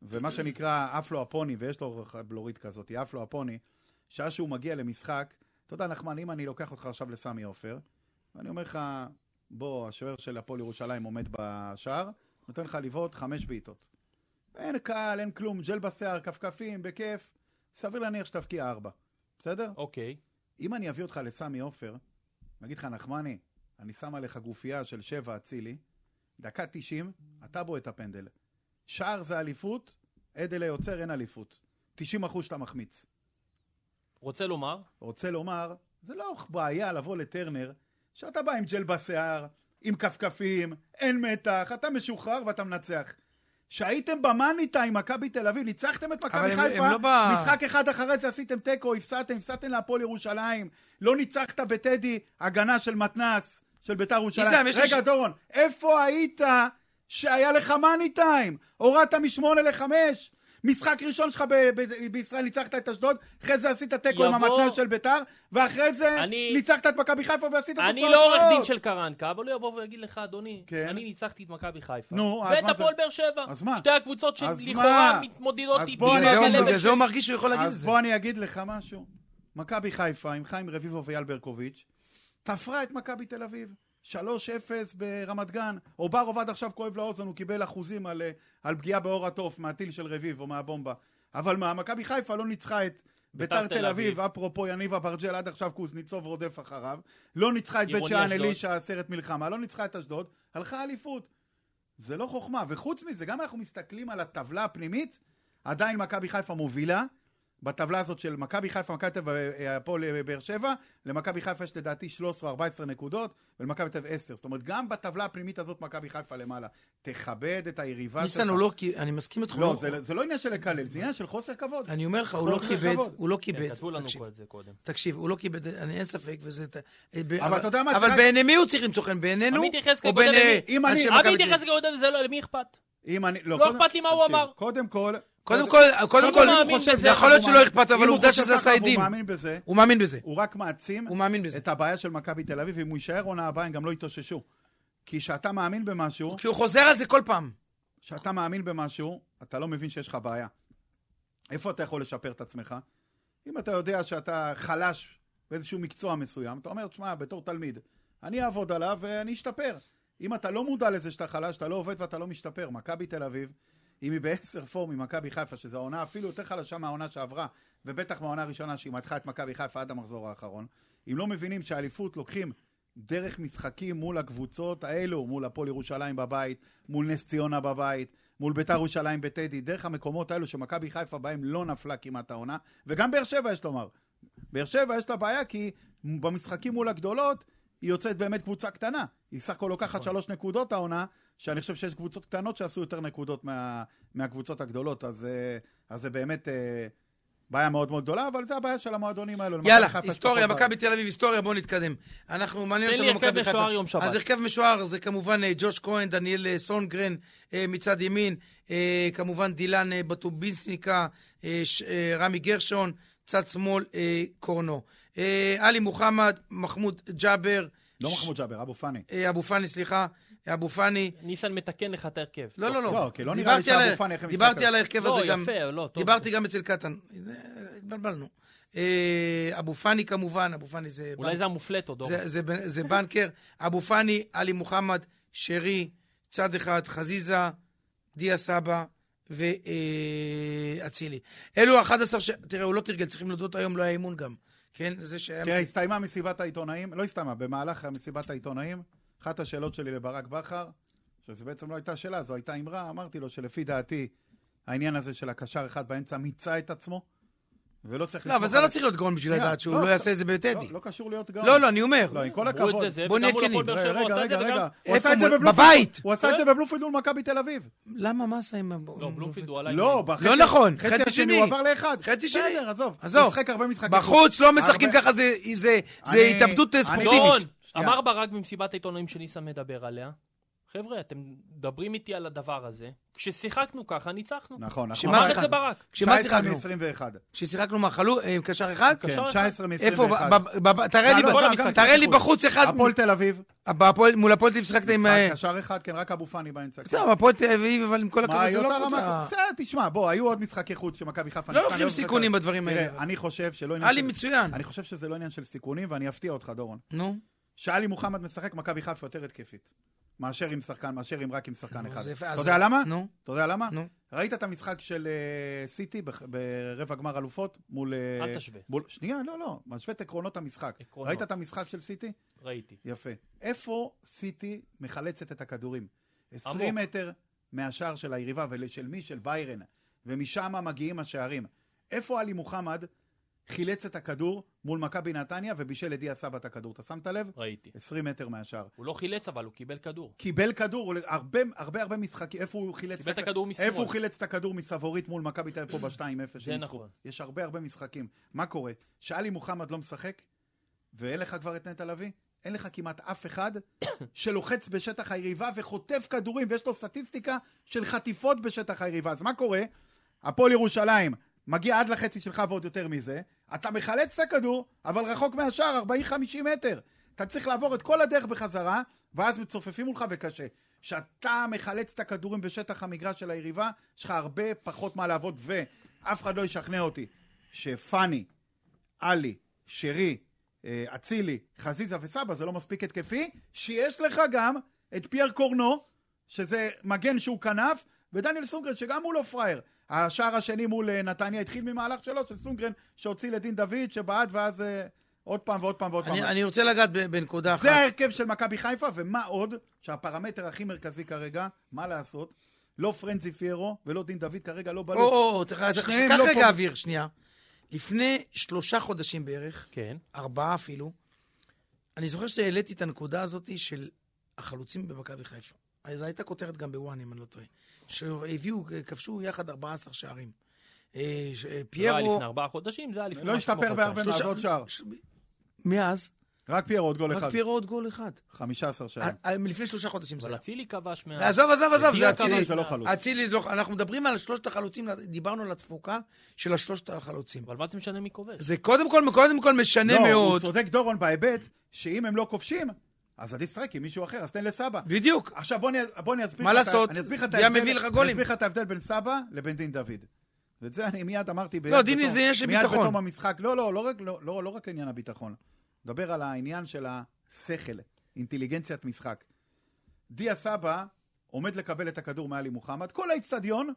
Speaker 3: ומה שנקרא עף לו הפוני, ויש לו בלורית כזאת, עף לו הפוני, שעה שהוא מגיע למשחק, אתה יודע, נחמן, אם אני לוקח אותך עכשיו לסמי עופר, ואני אומר לך, בוא, השוער של הפועל ירושלים עומד בשער, נותן לך לבעוט חמש בעיטות. אין קהל, אין כלום, ג'ל בשיער, כפכפים, בכיף. סביר להניח שתבקיע ארבע, בסדר?
Speaker 1: אוקיי.
Speaker 3: אם אני אביא אותך לסמי עופר, אני אגיד לך, נחמני, אני שם עליך גופייה של שבע אצילי, דקה 90, אתה בועט את הפנדל. שער זה אליפות, עדל היוצר אין אליפות. 90 אחוז שאתה מחמיץ.
Speaker 1: רוצה לומר?
Speaker 3: רוצה לומר, זה לא בעיה לבוא לטרנר, שאתה בא עם ג'ל בשיער, עם כפכפים, אין מתח, אתה משוחרר ואתה מנצח. שהייתם במאניטה עם מכבי תל אביב, ניצחתם את
Speaker 2: אבל
Speaker 3: מכבי
Speaker 2: הם-
Speaker 3: חיפה,
Speaker 2: הם לא ב-
Speaker 3: משחק אחד אחרי זה עשיתם תיקו, הפסדתם, הפסדתם להפועל ירושלים, לא ניצחת בטדי, הגנה של מתנס, של ביתר ירושלים.
Speaker 2: ניסן, יש לי
Speaker 3: רגע,
Speaker 2: ש-
Speaker 3: דורון, איפה היית שהיה לך מאני טיים? הורדת משמונה לחמש. משחק ראשון שלך ב- ב- בישראל ניצחת את אשדוד, אחרי זה עשית תיקו עם
Speaker 1: יבוא-
Speaker 3: המתנ"ס של ביתר, ואחרי זה
Speaker 1: אני-
Speaker 3: ניצחת את מכבי חיפה ועשית תוצאות
Speaker 1: אני לא עורך דין
Speaker 3: רעות.
Speaker 1: של קרנקה, אבל הוא יבוא ויגיד לך, אדוני,
Speaker 3: כן.
Speaker 1: אני ניצחתי את מכבי חיפה.
Speaker 3: נו, אז
Speaker 1: ואת
Speaker 3: מה זה-
Speaker 1: הפועל באר שבע.
Speaker 3: אז מה?
Speaker 1: שתי הקבוצות
Speaker 3: אז
Speaker 1: שלכאורה
Speaker 3: מה?
Speaker 1: מתמודדות
Speaker 3: אז
Speaker 1: איתי.
Speaker 3: בוא אני
Speaker 2: בגלל זה
Speaker 3: אגיד
Speaker 2: הוא-
Speaker 3: לך-
Speaker 2: בגלל זה הוא מרגיש שהוא יכול להגיד את
Speaker 3: אז
Speaker 2: זה.
Speaker 3: בוא אני אגיד לך משהו. מכבי חיפה עם חיים רביבו ואייל ברקוביץ', תפרה את מכבי תל אביב. 3-0 ברמת גן. אוברוב עד עכשיו כואב לאוזן, הוא קיבל אחוזים על, אה, על פגיעה באור התוף מהטיל של רביבו, מהבומבה. אבל מה, מכבי חיפה לא ניצחה את ביתר תל אביב, אפרופו יניב אברג'ל, עד עכשיו קוזניצוב רודף אחריו. לא ניצחה את בית
Speaker 1: עירוני
Speaker 3: שאן,
Speaker 1: אשדוד.
Speaker 3: אלישע, סרט מלחמה. לא ניצחה את אשדוד, הלכה אליפות. זה לא חוכמה. וחוץ מזה, גם אנחנו מסתכלים על הטבלה הפנימית, עדיין מכבי חיפה מובילה. בטבלה הזאת של מכבי חיפה, מכבי תל אביב והפועל באר שבע, למכבי חיפה יש לדעתי 13 או 14 נקודות, ולמכבי תל אביב 10. זאת אומרת, גם בטבלה הפנימית הזאת מכבי חיפה למעלה. תכבד את היריבה
Speaker 2: ניסן הוא לא, כי- אני מסכים איתך.
Speaker 3: לא,
Speaker 2: הוא-
Speaker 3: זה, זה לא עניין של לקלל, זה עניין של חוסר כבוד.
Speaker 2: אני אומר לך, הוא לא
Speaker 3: חוסר
Speaker 2: כיבד,
Speaker 3: כבוד.
Speaker 2: הוא לא
Speaker 1: כן,
Speaker 2: כיבד.
Speaker 1: כתבו לנו
Speaker 2: תקשיב,
Speaker 1: פה את זה קודם.
Speaker 2: תקשיב, הוא לא כיבד, אני אין ספק, וזה... ת-
Speaker 3: אבל אתה יודע מה, זה
Speaker 2: אבל
Speaker 3: רק-
Speaker 2: בעיני מי הוא צריך למצוא חן? בעינינו?
Speaker 1: עמית יחזקאל
Speaker 2: או בין
Speaker 1: כותב
Speaker 2: אה,
Speaker 3: לי, אם אני-
Speaker 2: אנשי
Speaker 3: של
Speaker 1: אבי
Speaker 2: מכבי תל אביב?
Speaker 1: התייחס לגודל וזה לא, למי אכפת?
Speaker 3: אם אני,
Speaker 1: לא אכפת לי מה הוא
Speaker 3: תקשיב,
Speaker 1: אמר.
Speaker 3: קודם כל...
Speaker 2: קודם
Speaker 3: קודם-
Speaker 2: כל, קודם
Speaker 1: הוא
Speaker 2: כל,
Speaker 1: לא מאמין בזה.
Speaker 2: יכול להיות שלא אכפת,
Speaker 3: אם
Speaker 2: אבל
Speaker 3: הוא
Speaker 2: עובדה
Speaker 3: חושב
Speaker 2: שזה
Speaker 3: ככה
Speaker 2: עשה
Speaker 3: והוא
Speaker 2: עדים.
Speaker 3: מאמין בזה,
Speaker 2: הוא מאמין בזה.
Speaker 3: הוא רק מעצים
Speaker 2: הוא מאמין בזה.
Speaker 3: את הבעיה של מכבי תל אביב, אם הוא יישאר עונה הבאה, הם גם לא יתאוששו. כי כשאתה מאמין במשהו,
Speaker 2: כי הוא חוזר על זה כל פעם.
Speaker 3: כשאתה מאמין במשהו, אתה לא מבין שיש לך בעיה. איפה אתה יכול לשפר את עצמך? אם אתה יודע שאתה חלש באיזשהו מקצוע מסוים, אתה אומר, תשמע, בתור תלמיד, אני אעבוד עליו ואני אשתפר. אם אתה לא מודע לזה שאתה חלש, אתה לא עובד ואתה לא משתפר. מכבי תל אביב, אם היא בעשר פורם ממכבי חיפה, שזו העונה אפילו יותר חלשה מהעונה שעברה, ובטח מהעונה הראשונה שהיא מתחה את מכבי חיפה עד המחזור האחרון, אם לא מבינים שהאליפות לוקחים דרך משחקים מול הקבוצות האלו, מול הפועל ירושלים בבית, מול נס ציונה בבית, מול ביתר ירושלים בטדי, דרך המקומות האלו שמכבי חיפה בהם לא נפלה כמעט העונה, וגם באר שבע יש לומר. באר שבע יש לה בעיה כי במשחקים מול הגדולות היא יוצאת באמת קבוצה קטנה. היא סך הכל
Speaker 2: נכון.
Speaker 3: לוקחת שלוש נקודות העונה, שאני חושב שיש קבוצות קטנות שעשו יותר נקודות מה, מהקבוצות הגדולות, אז, אה, אז זה באמת אה, בעיה מאוד מאוד גדולה, אבל זה הבעיה של המועדונים האלו. למכבי
Speaker 2: יאללה,
Speaker 3: חיפה יש
Speaker 2: היסטוריה,
Speaker 3: פחות בעיה.
Speaker 2: מכבי תל אביב, היסטוריה, בואו נתקדם. אנחנו, מעניין
Speaker 1: תן
Speaker 2: אותנו
Speaker 1: לי הרכב
Speaker 2: מכבי חיפה.
Speaker 1: משוער יום שבת.
Speaker 2: אז הרכב משוער זה כמובן אה, ג'וש כהן, דניאל אה, סונגרן אה, מצד ימין, אה, כמובן דילן אה, בטובינסניקה, אה, ש- אה, רמי גרשון, צד שמאל אה, קורנו. אה, עלי מוחמד, מחמוד ג'אבר,
Speaker 3: לא
Speaker 2: ש-
Speaker 3: מחמוד ג'אבר, אבו פאני.
Speaker 2: אה, אבו פאני, סליחה, אבו פאני.
Speaker 1: ניסן מתקן לך את ההרכב.
Speaker 2: לא, לא, לא.
Speaker 3: לא, כי לא נראה
Speaker 2: דיברתי
Speaker 3: לי שאבו
Speaker 2: על ה-
Speaker 3: פאני אחרי משחק
Speaker 2: דיברתי
Speaker 3: כזה.
Speaker 2: על ההרכב
Speaker 1: לא,
Speaker 2: הזה גם.
Speaker 1: יפה, לא, טוב.
Speaker 2: דיברתי גם אצל קטן. זה- התבלבלנו. אה, אבו פאני כמובן, אבו פאני זה...
Speaker 1: אולי
Speaker 2: בנק-
Speaker 1: זה המופלטו, דורון.
Speaker 2: זה, זה, בנ- זה בנקר. אבו פאני, עלי מוחמד, שרי, צד אחד, חזיזה, דיה סבא ואצילי. אלו ה-11 ש... תראה, הוא לא תרגל, צריכים להודות היום, לא היה אימון גם. כן? זה שהיה...
Speaker 3: תראה,
Speaker 2: מס-
Speaker 3: הסתיימה מסיבת העיתונאים, לא הסתיימה, במהלך מסיבת העיתונאים, אחת השאלות שלי לברק בכר, שזו בעצם לא הייתה שאלה, זו הייתה אמרה, אמרתי לו שלפי דעתי, העניין הזה של הקשר אחד באמצע מיצה את עצמו, ולא צריך
Speaker 2: לא, אבל
Speaker 3: לסמוך
Speaker 2: זה
Speaker 3: על-
Speaker 2: לא צריך להיות גאון בשביל
Speaker 3: שנייה,
Speaker 2: לדעת שהוא לא
Speaker 3: לא,
Speaker 2: יעשה את זה בטדי.
Speaker 3: לא, לא קשור להיות גאון.
Speaker 2: לא, לא, אני אומר.
Speaker 3: לא, עם כל
Speaker 1: אמרו את
Speaker 3: הכבוד.
Speaker 1: זה, זה,
Speaker 2: בוא
Speaker 1: וגם
Speaker 2: נהיה
Speaker 1: מול הפועל
Speaker 2: כנים.
Speaker 1: באר שבע הוא
Speaker 3: רגע,
Speaker 1: עשה את זה,
Speaker 3: רגע, רגע.
Speaker 1: וגם...
Speaker 3: הוא עשה את זה
Speaker 2: איפה מול-
Speaker 3: בבלומפילד.
Speaker 2: בבית.
Speaker 3: הוא עשה את זה בבלומפילד מול מכבי תל אביב.
Speaker 2: למה, מה עשה עם...
Speaker 1: לא, בלומפילד הוא עלה...
Speaker 3: לא, בחצי...
Speaker 2: לא נכון, חצי שני.
Speaker 3: הוא עבר לאחד.
Speaker 2: חצי שני.
Speaker 3: בסדר, עזוב.
Speaker 2: עזוב.
Speaker 3: הוא משחק הרבה משחקים.
Speaker 2: בחוץ לא משחקים
Speaker 3: הרבה-
Speaker 2: ככה, זה- זה זה
Speaker 3: אני-
Speaker 2: התאבדות אה,
Speaker 3: אני-
Speaker 2: ספורטיבית.
Speaker 1: דורון,
Speaker 3: שנייה.
Speaker 1: אמר ברק במסיבת העיתונאים שניסן מדבר עליה, חבר'ה, אתם מדברים איתי על הדבר הזה, כששיחקנו ככה, ניצחנו.
Speaker 3: נכון, נכון.
Speaker 2: שמה
Speaker 1: אמר את
Speaker 2: שיחקנו?
Speaker 1: זה ברק.
Speaker 2: כשמה
Speaker 3: 19
Speaker 2: שיחקנו?
Speaker 3: מ-21.
Speaker 2: כששיחקנו מה, חלו, אה, עם קשר אחד?
Speaker 1: קשר
Speaker 3: כן,
Speaker 1: אחד.
Speaker 3: 19 מ-21.
Speaker 2: איפה? ב- ב- ב- תראה לי
Speaker 3: לא,
Speaker 2: ב-
Speaker 3: לא, גם
Speaker 2: תראה לי
Speaker 1: בחוץ.
Speaker 2: בחוץ אחד,
Speaker 3: הפועל תל אביב.
Speaker 2: בהפועל- מול הפועל תל אביב שיחקת עם... אה,
Speaker 3: משחק ישר אחד, כן, רק אבו פאני באמצע.
Speaker 2: טוב, הפועל תל אביב, אבל עם כל
Speaker 3: מה,
Speaker 2: הכבוד
Speaker 3: היו
Speaker 2: זה לא
Speaker 3: אותה רמה?
Speaker 2: קבוצה.
Speaker 3: בסדר, תשמע, בוא, היו עוד משחקי חוץ שמכבי חיפה...
Speaker 2: לא
Speaker 3: ניצחה,
Speaker 2: לוקחים
Speaker 3: אני זוכר.
Speaker 2: סיכונים בדברים
Speaker 3: תראה,
Speaker 2: האלה.
Speaker 3: אני חושב שלא עניין...
Speaker 2: עלי
Speaker 3: של-
Speaker 2: מצוין.
Speaker 3: אני חושב שזה לא עניין של סיכונים, ואני אפתיע אותך, דורון.
Speaker 2: נו,
Speaker 3: שאלי מוחמד משחק, מכבי חיפה יותר התקפית. מאשר עם שחקן, מאשר עם רק עם שחקן
Speaker 2: נו,
Speaker 3: אחד.
Speaker 2: זה יפה,
Speaker 3: אתה
Speaker 2: אז-
Speaker 3: יודע למה? אה, לא
Speaker 2: נו,
Speaker 3: אתה יודע למה?
Speaker 2: נו.
Speaker 3: ראית את המשחק של אה, סיטי בח- ברבע גמר אלופות מול... אה,
Speaker 1: אל תשווה.
Speaker 3: מול- שנייה, לא, לא. משווה את עקרונות המשחק.
Speaker 1: עקרונות.
Speaker 3: ראית את המשחק של סיטי?
Speaker 1: ראיתי.
Speaker 3: יפה. איפה סיטי מחלצת את הכדורים? 20
Speaker 1: עמוק.
Speaker 3: מטר מהשער של היריבה ושל מי? של ביירן. ומשם מגיעים השערים. איפה עלי מוחמד חילץ את הכדור מול מכבי נתניה ובישל את דיה סבא את הכדור? אתה שמת לב?
Speaker 1: ראיתי.
Speaker 3: 20 מטר מהשער.
Speaker 1: הוא לא חילץ, אבל הוא קיבל כדור.
Speaker 3: קיבל כדור, הוא- הרבה הרבה הרבה משחקים, איפה הוא חילץ
Speaker 1: קיבל את
Speaker 3: הכ-
Speaker 1: הכדור משמאל.
Speaker 3: איפה הוא חילץ את הכדור מסבורית מול מכבי תל אביב פה ב-2-0
Speaker 1: זה
Speaker 3: שניצחו?
Speaker 1: נכון.
Speaker 3: יש הרבה הרבה משחקים. מה קורה? שאלי מוחמד לא משחק, ואין לך כבר את נטע לביא? אין לך כמעט אף אחד שלוחץ בשטח היריבה וחוטף כדורים, ויש לו סטטיסטיקה של חטיפות בשטח היריבה. אז מה קורה? הפועל ירושלים מגיע עד לחצי שלך ועוד יותר מזה, אתה מחלץ את הכדור, אבל רחוק מהשאר, 40-50 מטר. אתה צריך לעבור את כל הדרך בחזרה, ואז מצופפים מולך וקשה. כשאתה מחלץ את הכדורים בשטח המגרש של היריבה, יש לך הרבה פחות מה לעבוד, ואף אחד לא ישכנע אותי שפאני, עלי, שרי, אה, אצילי, חזיזה וסבא זה לא מספיק התקפי, שיש לך גם את פייר קורנו, שזה מגן שהוא כנף, ודניאל סונגרן שגם הוא לא פראייר. השער השני מול אה, נתניה התחיל ממהלך שלו, של סונגרן, שהוציא לדין דוד, שבעט ואז אה, עוד פעם ועוד פעם ועוד פעם.
Speaker 2: אני אני רוצה לגעת ב- בנקודה אחת.
Speaker 3: זה ההרכב של מכבי חיפה, ומה עוד? שהפרמטר הכי מרכזי כרגע, מה לעשות? לא פרנזי פיירו ולא דין דוד כרגע לא
Speaker 2: או,
Speaker 3: בלו.
Speaker 2: או, או, תח- תח-
Speaker 3: שניהם
Speaker 2: קח
Speaker 3: לא פה.
Speaker 2: רגע אוויר, שנייה. לפני שלושה חודשים בערך,
Speaker 1: כן.
Speaker 2: ארבעה אפילו, אני זוכר שהעליתי את הנקודה הזאת של החלוצים במכבי חיפה. אז זו הייתה כותרת גם בוואן, אם אני לא טועה. שהביאו, כבשו יחד 14 שערים. אה, ש-
Speaker 1: זה
Speaker 2: אה,
Speaker 1: לא היה
Speaker 2: פיירו...
Speaker 1: לפני ארבעה חודשים, זה היה לפני...
Speaker 3: לא
Speaker 1: משהו כמו
Speaker 3: השתפר בהרבה
Speaker 1: חודשיים.
Speaker 2: שלושה-
Speaker 3: מעבוד שער.
Speaker 2: ש- מאז,
Speaker 3: רק פיירו עוד גול אחד.
Speaker 2: רק פיירו עוד גול אחד.
Speaker 3: 15 שערים.
Speaker 2: אה, אה, מלפני שלושה חודשים זה
Speaker 1: אבל
Speaker 2: היה.
Speaker 1: אצילי כבש מה...
Speaker 2: עזוב, עזוב, עזוב, זה
Speaker 3: בדיוק,
Speaker 2: אצילי.
Speaker 3: אבל זה לא חלוץ.
Speaker 2: אצילי זה לא... אנחנו מדברים על שלושת החלוצים, דיברנו על התפוקה של השלושת החלוצים.
Speaker 1: אבל מה זה משנה מי כובש?
Speaker 2: זה קודם כל, קודם כל משנה
Speaker 3: לא, הוא
Speaker 2: מאוד.
Speaker 3: צודק דורון בהיבט שאם הם לא כובשים, אז עדיף לשחק עם מישהו אחר, אז תן לסבא.
Speaker 2: בדיוק.
Speaker 3: עכשיו בוא אני בוא אני אסביר
Speaker 2: מה
Speaker 3: לך את ה-
Speaker 2: לעשות?
Speaker 3: אני אסביר לך את
Speaker 2: דיה
Speaker 3: ההבדל-
Speaker 2: מביא לך
Speaker 3: אני
Speaker 2: גולים.
Speaker 3: אסביר לך את ההבדל בין סבא לבין דין דוד. ואת זה אני מיד אמרתי... ב-
Speaker 2: לא, דין
Speaker 3: בתום-
Speaker 2: זה עניין של
Speaker 3: מיד
Speaker 2: ביטחון.
Speaker 3: בתום המשחק. לא, לא, לא רק- לא- לא לא רק עניין הביטחון. מדבר על העניין של השכל, אינטליגנציית משחק. דיה סבא עומד לקבל את הכדור מעלי מוחמד, כל האיצטדיון,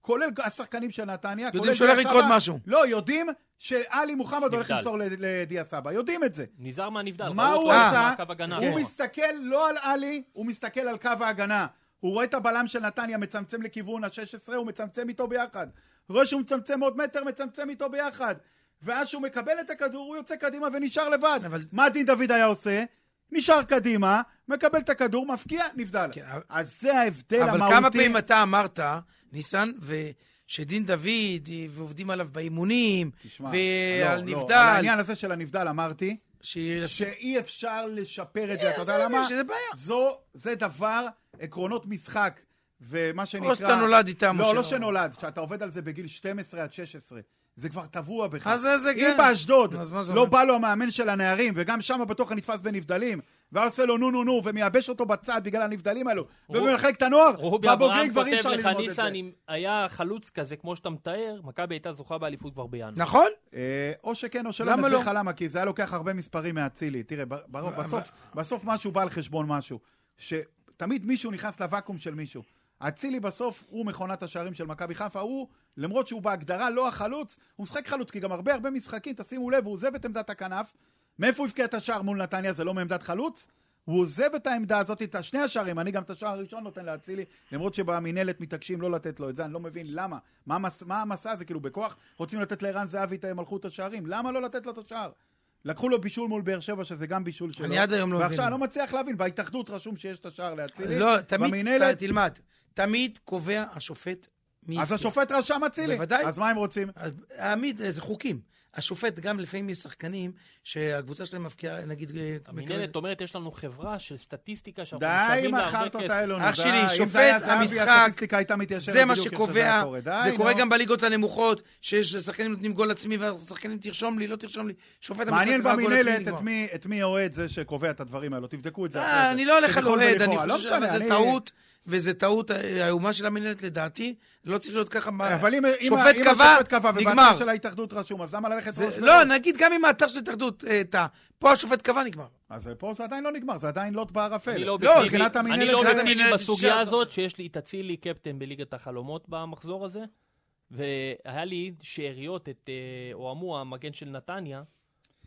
Speaker 3: כולל השחקנים של נתניה,
Speaker 2: יודעים
Speaker 3: כולל
Speaker 2: שהולך
Speaker 3: דיה
Speaker 2: לקרות
Speaker 3: סבא,
Speaker 2: משהו.
Speaker 3: לא, יודעים שעלי מוחמד הולך
Speaker 1: נבדל.
Speaker 3: למסור ל- לדיה סבא, יודעים את זה.
Speaker 1: נזהר מהנבדל.
Speaker 3: מה
Speaker 1: ראו
Speaker 3: הוא
Speaker 1: אותו
Speaker 3: עשה?
Speaker 1: מהקו הגנה. כן.
Speaker 3: הוא
Speaker 1: אחורה.
Speaker 3: מסתכל לא על עלי, הוא מסתכל על קו ההגנה. הוא רואה את הבלם של נתניה מצמצם לכיוון ה-16, הוא מצמצם איתו ביחד. הוא רואה שהוא מצמצם עוד מטר, מצמצם איתו ביחד. ואז שהוא מקבל את הכדור, הוא יוצא קדימה ונשאר לבד.
Speaker 2: אבל-
Speaker 3: מה דין דוד היה עושה? נשאר קדימה, מקבל את הכדור, מפקיע, נבדל.
Speaker 2: כן, אבל-
Speaker 3: אז זה ההבדל
Speaker 2: אבל
Speaker 3: המהותי.
Speaker 2: כמה פעמים אתה אמרת, ניסן, שדין דוד, אה, ועובדים עליו באימונים,
Speaker 3: תשמע,
Speaker 2: ועל
Speaker 3: לא, לא,
Speaker 2: נבדל,
Speaker 3: על העניין הזה של הנבדל אמרתי,
Speaker 2: שיש-
Speaker 3: שאי אפשר לשפר את זה, אתה
Speaker 2: אז
Speaker 3: יודע
Speaker 2: אני
Speaker 3: למה?
Speaker 2: אומר שזה בעיה.
Speaker 3: זו, זה דבר, עקרונות משחק, ומה שנקרא...
Speaker 2: שאתה נולד איתם, או
Speaker 3: לא, לא
Speaker 2: שלא.
Speaker 3: שנולד, שאתה עובד על זה בגיל 12 עד 16. זה כבר טבוע בך.
Speaker 2: אז זה- זה
Speaker 3: אם
Speaker 2: כן.
Speaker 3: באשדוד
Speaker 2: אז מה זה
Speaker 3: לא
Speaker 2: אומר?
Speaker 3: בא לו המאמן של הנערים, וגם שם בתוך הנתפס בנבדלים, ואז עושה לו נו נו נו, ומייבש אותו בצד בגלל הנבדלים האלו, ומחלק את הנוער,
Speaker 1: רובי
Speaker 3: בבוגרים
Speaker 1: אברהם
Speaker 3: כבר אי
Speaker 1: כותב
Speaker 3: אפשר
Speaker 1: לך,
Speaker 3: ללמוד את זה.
Speaker 1: ניסן, אם היה חלוץ כזה, כמו שאתה מתאר, מכבי הייתה זוכה באליפות כבר בינואר.
Speaker 2: נכון?
Speaker 3: אה, או שכן או שלא, אני
Speaker 2: למה
Speaker 3: אסביר
Speaker 2: לא?
Speaker 3: לך למה, כי זה היה לוקח הרבה מספרים מאצילי. תראה, ב- ב- בסוף- בסוף משהו בא על חשבון משהו. שתמיד מישהו נכנס לוואקום של מישהו. אצילי בסוף הוא מכונת השערים של מכבי חיפה, הוא, למרות שהוא בהגדרה לא החלוץ, הוא משחק חלוץ, כי גם הרבה הרבה משחקים, תשימו לב, הוא עוזב את עמדת הכנף. מאיפה הוא הבקיע את השער מול נתניה? זה לא מעמדת חלוץ? הוא עוזב את העמדה הזאת, את שני השערים, אני גם את השער הראשון נותן לאצילי, למרות שבמינהלת מתעקשים לא לתת לו את זה, אני לא מבין למה. מה, המס, מה המסע הזה, כאילו בכוח רוצים לתת לערן זהבי את מלכות השערים, למה לא לתת לו את השער? לקחו לו בישול מול באר שבע, שזה גם בישול שלו.
Speaker 2: אני עד היום לא
Speaker 3: ועכשיו
Speaker 2: מבין.
Speaker 3: אני לא מצליח להבין, בהתאחדות רשום שיש את השער לאצילי,
Speaker 2: לא, תמיד,
Speaker 3: במינהלת,
Speaker 2: ת- תלמד, תמיד קובע השופט מי...
Speaker 3: אז השופט רשם אצילי.
Speaker 2: בוודאי.
Speaker 3: אז מה הם רוצים?
Speaker 2: אז עמית, אה, זה חוקים. השופט, גם לפעמים יש שחקנים שהקבוצה שלהם מבקיעה, נגיד... אה, מקבלת-
Speaker 1: המנהלת אומרת, יש לנו חברה של סטטיסטיקה שאנחנו
Speaker 3: די
Speaker 1: משלמים
Speaker 3: עם
Speaker 1: לה הרבה
Speaker 3: החרטות
Speaker 1: כסף.
Speaker 3: האלו, נו,
Speaker 2: אח
Speaker 3: די.
Speaker 2: שלי,
Speaker 3: אם זה
Speaker 2: שופט,
Speaker 3: היה זהבי,
Speaker 2: המשחק,
Speaker 3: הסטטיסטיקה הייתה מתיישרת
Speaker 2: זה מה
Speaker 3: בדיוק איך שזה
Speaker 2: שקובע,
Speaker 3: היה קורה. די,
Speaker 2: זה קורה
Speaker 3: נו.
Speaker 2: גם בליגות הנמוכות, שיש שחקנים נותנים גול עצמי, והשחקנים תרשום לי, לא תרשום לי. שופט המשחק
Speaker 3: מעניין
Speaker 2: קבע גול עצמי
Speaker 3: במינהלת
Speaker 2: נגמר.
Speaker 3: את מי- את מי אוהד זה שקובע את הדברים האלו, תבדקו את זה. אחרי
Speaker 2: אה,
Speaker 3: זה.
Speaker 2: אני לא הולך
Speaker 3: זה
Speaker 2: על
Speaker 3: יכול
Speaker 2: אוהד, אני
Speaker 3: ולכאורה. לא
Speaker 2: חושב
Speaker 3: משנה,
Speaker 2: שזה
Speaker 3: אני-
Speaker 2: טעות, וזה טעות אה, איומה של המינהלת לדעתי, לא צריך להיות ככה. מה-
Speaker 3: אבל אם אם ה-
Speaker 2: שופט
Speaker 3: אם
Speaker 2: קבע,
Speaker 3: השופט קבע
Speaker 2: נגמר.
Speaker 3: ובאתר של ההתאחדות רשום, אז למה ללכת
Speaker 2: זה-
Speaker 3: ראש
Speaker 2: לא,
Speaker 3: בראש?
Speaker 2: נגיד גם אם האתר של ההתאחדות אה, טעה, פה השופט קבע, נגמר.
Speaker 3: אז פה זה עדיין לא נגמר, זה עדיין לוט בערפל.
Speaker 1: אני לא
Speaker 2: לא,
Speaker 1: אובייקטיבי
Speaker 3: מבחינת
Speaker 1: אני לא
Speaker 3: המינהלת זה-
Speaker 2: מבחינת
Speaker 1: אובייקטיבי
Speaker 2: המינהלת
Speaker 1: בסוגיה
Speaker 2: אפשר
Speaker 1: הזאת, שיש לי את אצילי קפטן בליגת החלומות במחזור הזה, והיה לי שאריות את אה, אוהמו, המגן של נתניה.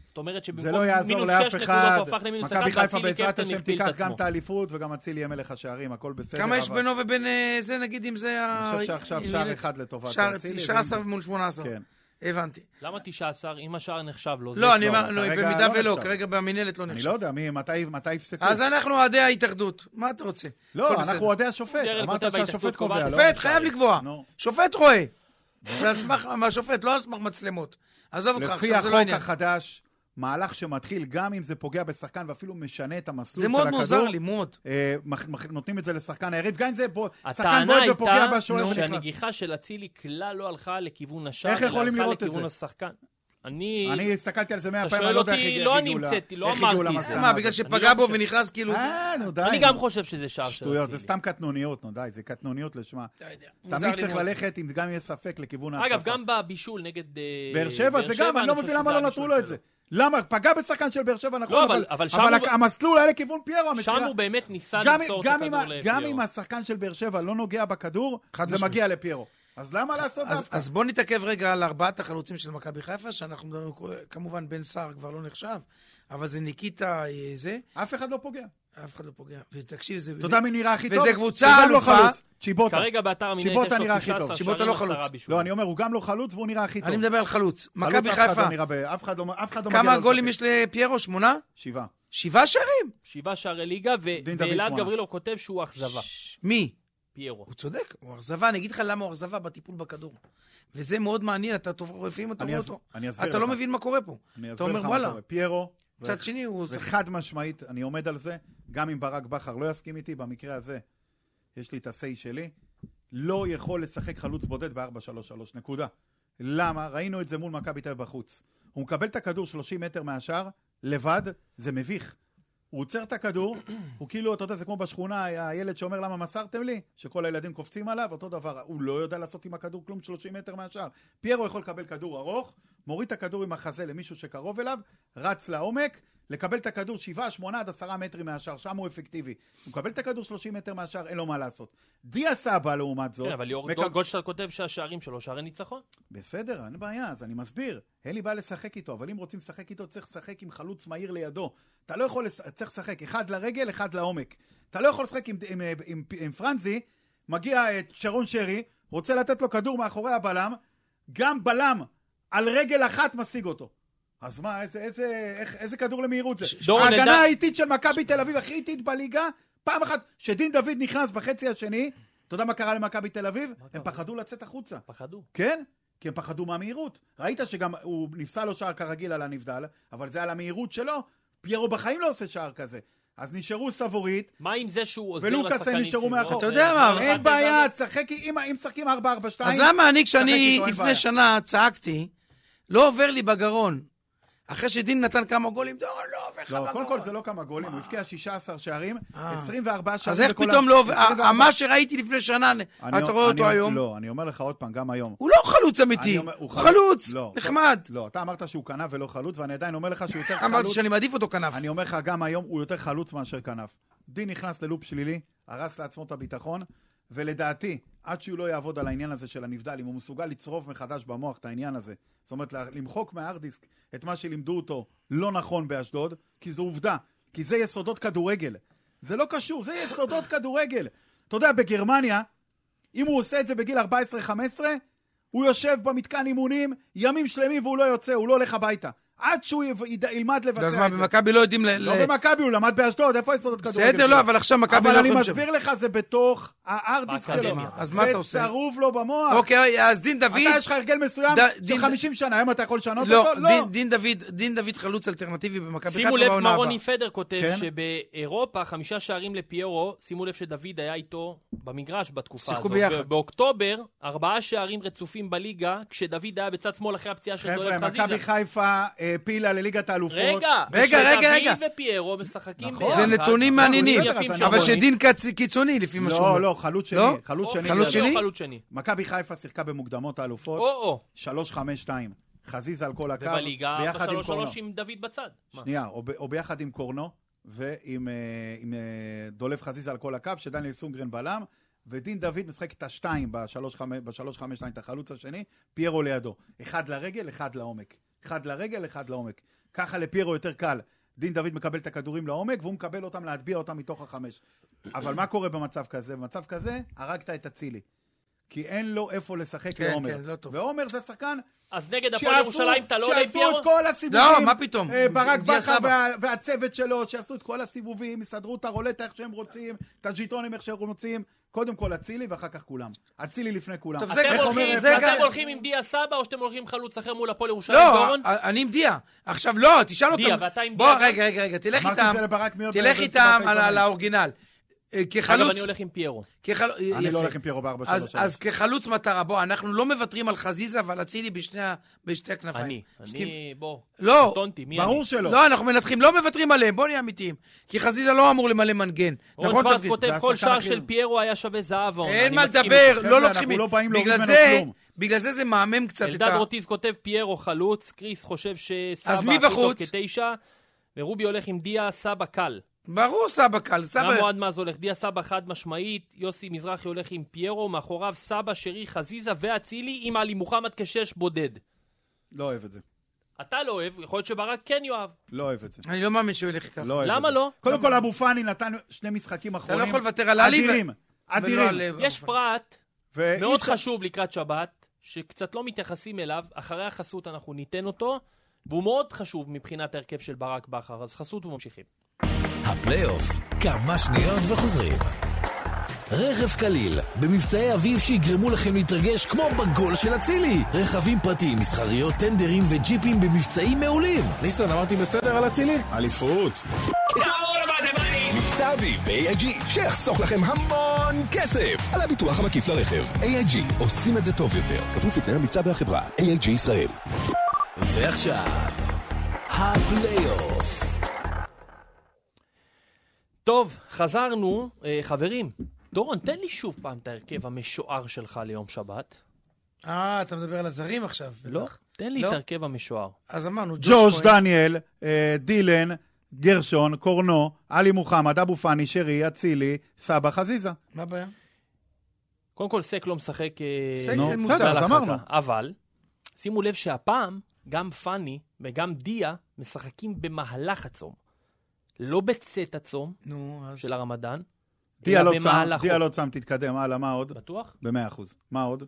Speaker 1: זאת אומרת
Speaker 3: זה
Speaker 1: שבמקום
Speaker 3: לא יעזור
Speaker 1: מינוס
Speaker 3: לאף
Speaker 1: שש
Speaker 3: אחד.
Speaker 1: נקודות הוא הפך למינוס אחד,
Speaker 3: מכבי חיפה
Speaker 1: ואצילי
Speaker 3: בעזרת
Speaker 1: קפטן
Speaker 3: השם
Speaker 1: הכפיל את
Speaker 3: תיקח גם
Speaker 1: עצמו.
Speaker 3: את האליפות וגם אצילי יהיה מלך השערים, הכל בסדר.
Speaker 2: כמה יש
Speaker 3: אבל-
Speaker 2: בינו ובין אה, זה, נגיד, אם זה ה...
Speaker 3: אני חושב שעכשיו
Speaker 2: אם
Speaker 3: שער
Speaker 2: ילד-
Speaker 3: אחד לטובת
Speaker 2: שער
Speaker 3: אצילי,
Speaker 2: 19
Speaker 3: ואם-
Speaker 2: מול 18.
Speaker 3: כן.
Speaker 2: הבנתי.
Speaker 1: למה 19? אם השער נחשב לו, זה
Speaker 2: לא, אני
Speaker 1: אצלו.
Speaker 2: אומר, לא,
Speaker 3: כרגע
Speaker 2: במידה
Speaker 3: לא
Speaker 2: ולא,
Speaker 3: נחשב.
Speaker 2: כרגע במינהלת לא
Speaker 3: אני
Speaker 2: נחשב.
Speaker 3: לא יודע, מי- מתי מתי יפסקו?
Speaker 2: אז אנחנו אוהדי ההתאחדות, מה אתה רוצה? הכל
Speaker 3: לא, אנחנו
Speaker 2: בסדר.
Speaker 3: אוהדי השופט.
Speaker 1: דרעי
Speaker 3: אמרת
Speaker 1: כותב, אוקיי.
Speaker 3: שהשופט
Speaker 1: ההתאחדות
Speaker 3: קובע.
Speaker 1: קובעת.
Speaker 3: לא?
Speaker 2: שופט חייב לקבוע.
Speaker 3: נו.
Speaker 2: שופט רואה. זה על סמך השופט, לא על סמך מצלמות. עזוב אותך,
Speaker 3: לפי
Speaker 2: עכשיו זה לא
Speaker 3: החוק
Speaker 2: עניין.
Speaker 3: החדש, מהלך שמתחיל, גם אם זה פוגע בשחקן ואפילו משנה את המסלול
Speaker 2: זה
Speaker 3: של
Speaker 2: מאוד
Speaker 3: הכדור,
Speaker 2: מוזר לי, מאוד.
Speaker 3: אה, מח- מח- נותנים את זה לשחקן היריב, גם אם זה בו- שחקן
Speaker 1: הטענה
Speaker 3: בועט ופוגע
Speaker 1: הייתה
Speaker 3: בשוער ונכנס.
Speaker 1: שהנגיחה של אצילי כלל לא הלכה לכיוון השער,
Speaker 3: איך
Speaker 1: אלא
Speaker 3: יכולים
Speaker 1: הלכה
Speaker 3: לראות את
Speaker 1: לכיוון
Speaker 3: זה?
Speaker 1: השחקן. אני...
Speaker 3: אני הסתכלתי על זה מאה
Speaker 1: אתה
Speaker 3: פעמים,
Speaker 1: שואל
Speaker 3: אני לא יודע איך
Speaker 1: אותי,
Speaker 3: הגיעו
Speaker 1: לא
Speaker 3: לה-
Speaker 1: אני המצאתי, לא
Speaker 3: איך הגיעו
Speaker 1: אמרתי את
Speaker 3: למסקנה
Speaker 1: זה.
Speaker 2: אה, מה,
Speaker 3: הזאת.
Speaker 2: בגלל
Speaker 1: אני לא
Speaker 2: שפגע בו
Speaker 1: חושב-
Speaker 2: ונכנס כאילו...
Speaker 3: אה, נו די.
Speaker 1: אני גם חושב שזה שער של אצילי.
Speaker 3: שטויות, זה סתם קטנוניות, נו די, זה קטנוניות לשמה.
Speaker 2: מוזר
Speaker 3: תמיד
Speaker 2: לי
Speaker 3: צריך
Speaker 2: מאוד.
Speaker 3: ללכת, אם גם יש ספק, לכיוון ההתקפה.
Speaker 1: אגב, גם בבישול נגד... אה,
Speaker 3: באר שבע זה גם, אני לא
Speaker 1: חושב
Speaker 3: מבין
Speaker 1: שזה
Speaker 3: למה לא
Speaker 1: הבישול
Speaker 3: נתנו לו את
Speaker 1: שלו.
Speaker 3: זה. למה? פגע בשחקן של באר שבע, נכון,
Speaker 1: לא, אבל-
Speaker 3: אבל
Speaker 1: אבל שם
Speaker 3: אבל
Speaker 1: הוא-
Speaker 3: הכ- המסלול היה לכיוון פיירו,
Speaker 1: שם
Speaker 3: המסירה.
Speaker 1: הוא באמת ניסה
Speaker 3: גם-
Speaker 1: למסור את
Speaker 3: גם אם
Speaker 1: הכדור
Speaker 3: ה- גם אם
Speaker 1: לפיירו.
Speaker 3: השחקן של באר שבע לא נוגע בכדור,
Speaker 2: חד
Speaker 3: זה
Speaker 2: משמעית.
Speaker 3: מגיע לפיירו. אז למה לעשות
Speaker 2: אז-
Speaker 3: דווקא?
Speaker 2: אז בואו נתעכב רגע על ארבעת החלוצים של מכבי חיפה, שאנחנו מדברים, כמובן בן סער כבר לא נחשב, אבל זה ניקיטה אה, זה,
Speaker 3: אף אחד לא פוגע.
Speaker 2: אף אחד לא פוגע. ותקשיב, זה...
Speaker 3: אתה יודע מי נראה הכי טוב?
Speaker 2: וזה קבוצה
Speaker 3: הוא גם לא
Speaker 2: אלופה.
Speaker 3: חלוץ, צ'יבוטה.
Speaker 1: כרגע באתר המינהלת יש
Speaker 3: צ'יבוטה
Speaker 1: לו
Speaker 3: נראה הכי
Speaker 1: 19
Speaker 3: טוב.
Speaker 2: צ'יבוטה
Speaker 1: שערים,
Speaker 2: לא
Speaker 1: 10
Speaker 2: חלוץ.
Speaker 1: בישולים.
Speaker 3: לא, אני אומר, הוא גם לא חלוץ והוא נראה הכי טוב.
Speaker 2: אני מדבר על חלוץ.
Speaker 3: חלוץ,
Speaker 2: מכבי
Speaker 3: אף אחד
Speaker 2: חיפה,
Speaker 3: לא נראה ב- אף אחד לא- אף אחד לא מגיע
Speaker 2: כמה
Speaker 3: לו
Speaker 2: גולים
Speaker 3: לשחק.
Speaker 2: יש לפיירו? שמונה?
Speaker 3: שבעה.
Speaker 2: שבעה שערים?
Speaker 1: שבעה שערי ליגה, ו-
Speaker 3: דין דוד
Speaker 1: ואלעד
Speaker 3: שמונה.
Speaker 1: גברילוב כותב שהוא אכזבה,
Speaker 2: מי?
Speaker 1: פיירו. כן,
Speaker 2: הוא צודק, הוא אכזבה, אני אגיד לך למה הוא אכזבה בטיפול בכדור. וזה מאוד מעניין, אתה טוב- לפעמים אתה
Speaker 3: אני
Speaker 2: רואה
Speaker 3: אס-
Speaker 2: אותו.
Speaker 3: אני אסביר
Speaker 2: אתה לא
Speaker 3: לך. לא
Speaker 2: מבין מה קורה פה.
Speaker 3: אני
Speaker 2: אתה
Speaker 3: אסביר לך
Speaker 2: אומר,
Speaker 3: מה
Speaker 2: וואלה.
Speaker 3: קורה. פיירו.
Speaker 2: מצד שני, הוא...
Speaker 3: זה
Speaker 2: שחק-
Speaker 3: חד משמעית, אני עומד על זה, גם אם ברק בכר לא יסכים איתי, במקרה הזה, יש לי את ה-say שלי, לא יכול לשחק חלוץ בודד ב-4-3-3, נקודה. למה? ראינו את זה מול מכבי תל אביב בחוץ. הוא מקבל את הכדור 30 מטר מהשאר, לבד, זה מביך. הוא עוצר את הכדור, הוא כאילו, אתה יודע, זה כמו בשכונה, הילד שאומר למה מסרתם לי, שכל הילדים קופצים עליו, אותו דבר, הוא לא יודע לעשות עם הכדור כלום 30 מטר מהשאר. פיירו יכול לקבל כדור ארוך, מוריד את הכדור עם החזה למישהו שקרוב אליו, רץ לעומק, לקבל את הכדור 7, 8 עד 10 מטרים מהשאר, שם הוא אפקטיבי. הוא מקבל את הכדור 30 מטר מהשאר, אין לו מה לעשות. דיה סבא, לעומת זאת,
Speaker 1: כן, אבל ליאור
Speaker 3: מקב-
Speaker 1: גולדשטיין כותב שהשערים שלו שערי ניצחון.
Speaker 3: בסדר, אין בעיה, אז אני מסביר. אין לי בעיה לשחק איתו, אבל אם רוצים לשחק איתו, צריך לשחק עם חלוץ מהיר לידו. אתה לא יכול, לש... צריך לשחק אחד לרגל, אחד לעומק. אתה לא יכול לשחק עם, עם, עם, עם, עם פרנזי, מגיע אה, שרון שרי, רוצה לתת לו כדור מאחורי הבלם, גם בלם על רגל אחת משיג אותו. אז מה, איזה, איזה, איך, איזה כדור למהירות זה?
Speaker 1: דורון,
Speaker 3: ההגנה
Speaker 1: נדע-
Speaker 3: האיטית של מכבי תל אביב, הכי איטית בליגה, פעם אחת שדין דוד נכנס בחצי השני, אתה יודע מה קרה למכבי תל אביב?
Speaker 1: מה
Speaker 3: הם
Speaker 1: קרה?
Speaker 3: פחדו לצאת החוצה.
Speaker 1: פחדו.
Speaker 3: כן? כי הם פחדו מהמהירות. ראית שגם הוא נפסל לו שער כרגיל על הנבדל, אבל זה על המהירות שלו. פיירו בחיים לא עושה שער כזה. אז נשארו סבורית,
Speaker 1: מה עם זה שהוא עוזר לשחקנים אה,
Speaker 3: ולוקאס, הם נשארו מאחור.
Speaker 2: אתה יודע מה, אה, אבל- לא-
Speaker 3: אין בעיה, תשחק, אם אם משחקים 4-4-2...
Speaker 2: אז למה אני,
Speaker 3: שחק
Speaker 2: כשאני
Speaker 3: איתו, אין
Speaker 2: לפני
Speaker 3: בעיה.
Speaker 2: שנה צעקתי, לא עובר לי בגרון. אחרי שדין נתן כמה גולים, דורון לא עובר לך
Speaker 3: לא,
Speaker 2: בגרון.
Speaker 3: קודם כל זה לא כמה גולים, הוא הבקיע 16 שערים,
Speaker 2: אה.
Speaker 3: 24 שערים.
Speaker 2: אז איך
Speaker 3: בכל
Speaker 2: פתאום
Speaker 3: ה-
Speaker 2: לא עובר, ה-
Speaker 3: 24
Speaker 2: מה שראיתי לפני שנה,
Speaker 3: אני-
Speaker 2: אתה רואה אותו
Speaker 3: אני-
Speaker 2: היום,
Speaker 3: לא, אני אומר לך עוד פעם, גם היום.
Speaker 2: הוא לא חלוץ אמיתי,
Speaker 3: אני אומר-
Speaker 2: הוא חלוץ,
Speaker 3: לא,
Speaker 2: נחמד.
Speaker 3: לא, אתה אמרת שהוא כנף ולא חלוץ, ואני עדיין אומר לך שהוא יותר
Speaker 2: אמרתי
Speaker 3: חלוץ.
Speaker 2: שאני מעדיף אותו כנף.
Speaker 3: אני אומר לך, גם היום הוא יותר חלוץ מאשר כנף. דין נכנס ללופ שלילי, הרס לעצמו את הביטחון, ולדעתי, עד שהוא לא יעבוד על העניין הזה של הנבדל, אם הוא מסוגל לצרוב מחדש במוח את העניין הזה, זאת אומרת, לה- למחוק מהארדיסק את מה שלימדו אותו לא נכון באשדוד, כי זו עובדה, כי זה יסודות כדורגל. זה לא קשור, זה יסודות כדורגל. אתה יודע, בגרמניה, אם הוא עושה את זה בגיל 14-15, הוא יושב במתקן אימונים ימים שלמים והוא לא יוצא, הוא לא הולך הביתה. עד שהוא יב- יד- ילמד לבצע את
Speaker 2: אז
Speaker 3: זה.
Speaker 2: מה, במכבי לא יודעים ל... ל-
Speaker 3: לא במכבי, הוא למד באשדוד, איפה היסודות כדורגל?
Speaker 2: בסדר, לא, אבל עכשיו מכבי לא
Speaker 3: אבל אני
Speaker 2: יכולים שם.
Speaker 3: מסביר לך, זה בתוך הארדיסק שלו.
Speaker 1: באקדמיה.
Speaker 2: אז מה אתה עושה?
Speaker 3: זה צרוב לו במוח.
Speaker 2: אוקיי, אז דין
Speaker 3: אתה,
Speaker 2: דוד...
Speaker 3: יש לך הרגל מסוים
Speaker 2: ד-
Speaker 3: של
Speaker 2: דין-
Speaker 3: 50 שנה, היום אתה יכול לשנות
Speaker 2: לא,
Speaker 3: אותו? לא.
Speaker 2: דין- דין דוד, דין דוד חלוץ אלטרנטיבי במכבי חיפה
Speaker 1: שימו לב
Speaker 2: בעונה
Speaker 1: מה
Speaker 2: הבאה.
Speaker 1: רוני פדר כותב,
Speaker 3: כן?
Speaker 1: שבאירופה חמישה שערים לפיירו, שימו לב שדוד היה איתו במגרש בתקופה
Speaker 2: שיחקו
Speaker 1: הזאת.
Speaker 2: ביחד.
Speaker 1: ב- באוקטובר, ארבעה שערים רצופים בליגה, כשדוד היה בצד שמאל אחרי הפציעה של דולף
Speaker 3: חבר'ה, מכבי
Speaker 1: חזיזה.
Speaker 3: חיפה העפילה לליגת האלופות.
Speaker 1: רגע,
Speaker 2: רגע, רגע, רגע.
Speaker 1: שדוד ופיירו משחקים
Speaker 3: נכון.
Speaker 1: ביחד.
Speaker 2: זה נתונים מעניינים,
Speaker 1: יפים
Speaker 3: אבל
Speaker 1: של
Speaker 2: אבל
Speaker 1: רוני.
Speaker 2: שדין קצ- קיצוני לפי מה שהוא אומר.
Speaker 3: לא, לא, חלוץ שני.
Speaker 2: לא?
Speaker 3: חלוץ
Speaker 1: או
Speaker 3: שני.
Speaker 2: חלוץ
Speaker 1: או
Speaker 2: שני?
Speaker 1: חלוץ שני.
Speaker 3: מכבי חיפה שיחקה במוקדמות
Speaker 1: או,
Speaker 3: האלופות,
Speaker 1: או.
Speaker 3: 3-5-2. חזיזה על כל הקו,
Speaker 1: ובליגה,
Speaker 3: ביחד עם קורנו.
Speaker 1: ב-3-3 עם דוד בצד. מה?
Speaker 3: שנייה, או, ב, או ביחד עם קורנו ועם אה, עם, אה, דולף חזיזה על כל הקו, שדניאל סונגרן בלם, ודין דוד משחק את השתיים בשלוש חמש- בשלוש חמש שתיים, את החלוץ השני, פיירו לידו. אחד לרגל, אחד לעומק. אחד לרגל, אחד לעומק. ככה לפיירו יותר קל. דין דוד מקבל את הכדורים לעומק, והוא מקבל אותם להטביע אותם מתוך החמש. אבל מה קורה במצב כזה? במצב כזה, הרגת את אצילי. כי אין לו איפה לשחק
Speaker 2: כן,
Speaker 3: לעומר.
Speaker 2: כן, לא טוב.
Speaker 3: ועומר זה שחקן
Speaker 1: אז נגד הפועל
Speaker 3: שעשו-
Speaker 1: ירושלים אתה לא עולה עם
Speaker 3: שעשו
Speaker 1: פיירו?
Speaker 3: את כל הסיבובים.
Speaker 2: לא, מה פתאום?
Speaker 3: אה, ברק
Speaker 2: הגיע
Speaker 3: בכר
Speaker 2: סבא.
Speaker 3: וה- והצוות שלו, שעשו את כל הסיבובים, יסדרו את הרולטה איך שהם רוצים, את הז'יטונים איך שהם רוצים. קודם כל אצילי ואחר כך כולם. אצילי לפני כולם.
Speaker 2: טוב, זה
Speaker 1: אתם
Speaker 2: איך
Speaker 1: הולכים-
Speaker 2: אומר- זה
Speaker 1: אתם
Speaker 2: גם-
Speaker 1: הולכים עם דיה סבא או שאתם הולכים עם חלוץ אחר מול הפועל ירושלים?
Speaker 2: לא,
Speaker 1: דורון?
Speaker 2: א- אני עם דיה. עכשיו לא, תשאל אותם.
Speaker 1: דיה, ואתה עם
Speaker 2: בוא,
Speaker 1: דיה גם?
Speaker 2: רגע, רגע, רגע, תלך
Speaker 3: אמרתי
Speaker 2: איתם.
Speaker 3: את זה לברק מי עוד לא
Speaker 2: תלך
Speaker 3: יודע במסיבת
Speaker 2: איתם על- על
Speaker 3: העיתונאים.
Speaker 2: האורגינל. אה,
Speaker 1: אגב,
Speaker 2: כחלוץ,
Speaker 1: אני הולך עם פיירו.
Speaker 2: כחל-
Speaker 3: אני
Speaker 2: יפה.
Speaker 3: לא הולך עם פיירו בארבע
Speaker 2: אז,
Speaker 3: שלוש.
Speaker 2: אז כחלוץ מטרה, בוא, אנחנו לא מוותרים על חזיזה ועל אצילי בשני, ה- בשתי הכנפיים.
Speaker 1: אני.
Speaker 2: מסכים?
Speaker 1: אני, בוא.
Speaker 2: לא.
Speaker 1: קטונתי, מי אני?
Speaker 3: ברור שלא.
Speaker 2: לא, אנחנו מנתחים, לא מוותרים עליהם, בוא נהיה אמיתיים. כי חזיזה לא אמור למלא מנגן.
Speaker 1: רון שוורץ
Speaker 2: תבדיל?
Speaker 1: כותב,
Speaker 3: זה
Speaker 1: כל
Speaker 3: השחקן
Speaker 1: שער
Speaker 3: הכי-
Speaker 1: של פיירו היה שווה זהב העונה.
Speaker 2: אין
Speaker 1: אני
Speaker 2: מה
Speaker 1: מסכים
Speaker 2: לדבר,
Speaker 1: איתך.
Speaker 3: איתך.
Speaker 2: לא
Speaker 3: חבר'ה,
Speaker 2: לוקחים...
Speaker 3: אנחנו לא באים להוריד
Speaker 2: בגלל
Speaker 3: ממנו
Speaker 2: זה-
Speaker 3: כלום.
Speaker 2: בגלל זה זה מהמם קצת את
Speaker 1: אלדד
Speaker 2: ה...
Speaker 1: רוטיס כותב פיירו חלוץ, קריס חושב שסבא
Speaker 2: אז מי
Speaker 1: הכי טוב
Speaker 2: בחוץ?
Speaker 1: כתשע, ורובי הולך עם דיה סבא קל.
Speaker 2: ברור, סבא קל,
Speaker 1: גם
Speaker 2: סבא...
Speaker 1: מועד מאז הולך דיה סבא חד משמעית, יוסי מזרחי הולך עם פיירו, מאחוריו סבא, שרי, חזיזה ואצילי עם עלי מוחמד כשש בודד.
Speaker 3: לא אוהב את זה.
Speaker 1: אתה לא אוהב, יכול להיות שברק כן יאהב.
Speaker 3: לא אוהב את זה.
Speaker 2: אני לא מאמין שהוא ילך ככה.
Speaker 3: לא אוהב
Speaker 1: למה
Speaker 3: את זה.
Speaker 1: לא?
Speaker 3: קודם כל אבו פאני נתן שני משחקים אחרונים.
Speaker 2: לא יכול לוותר על עלי ו-
Speaker 3: אדירים.
Speaker 2: ולא על,
Speaker 3: אדירים.
Speaker 2: אה,
Speaker 1: יש פרט
Speaker 3: ואי
Speaker 1: מאוד
Speaker 3: אה, אפשר-
Speaker 1: חשוב לקראת שבת, שקצת לא מתייחסים אליו, אחרי החסות אנחנו ניתן אותו, והוא מאוד חשוב מבחינת ההרכב של ברק בכר, אז חסות וממשיכים.
Speaker 4: הפלייאוף, כמה שניות וחוזרים. רכב קליל, במבצעי אביב שיגרמו לכם להתרגש כמו בגול של אצילי. רכבים פרטיים, מסחריות, טנדרים וג'יפים במבצעים מעולים.
Speaker 5: ניסן, אמרתי בסדר על אצילי? אליפות.
Speaker 6: מבצע אביב ב-AIG, שיחסוך לכם המון כסף על הביטוח המקיף לרכב. AIG, עושים את זה טוב יותר. כפוף לתנאי המבצע והחברה. AIG ישראל.
Speaker 4: ועכשיו, הפלייאוף.
Speaker 1: טוב, חזרנו. אה, חברים, דורון, תן לי שוב פעם את ההרכב המשוער שלך ליום שבת.
Speaker 2: אה, אתה מדבר על הזרים עכשיו.
Speaker 1: לא?
Speaker 2: בטח.
Speaker 1: תן לי
Speaker 2: לא.
Speaker 1: את ההרכב המשוער.
Speaker 2: אז אמרנו, ג'וש
Speaker 3: ג'וש,
Speaker 2: כהן.
Speaker 3: דניאל, אה, דילן, גרשון, קורנו, עלי מוחמד, אבו פאני, שרי, אצילי, סבא, חזיזה.
Speaker 2: מה הבעיה?
Speaker 1: קודם כל, סק לא משחק... אה,
Speaker 2: סק
Speaker 3: נו,
Speaker 2: אין מוצא.
Speaker 3: בסדר, אז
Speaker 1: בהרחקה.
Speaker 3: אמרנו.
Speaker 1: אבל, שימו לב שהפעם גם פאני וגם דיה משחקים במהלך הצום. לא בצאת הצום
Speaker 2: נו, אז...
Speaker 1: של הרמדאן,
Speaker 3: דיה
Speaker 1: אלא
Speaker 3: לא צם,
Speaker 1: במהלכו.
Speaker 3: דיה לא צם, תתקדם, הלאה, מה עוד?
Speaker 1: בטוח?
Speaker 3: במאה אחוז. מה עוד?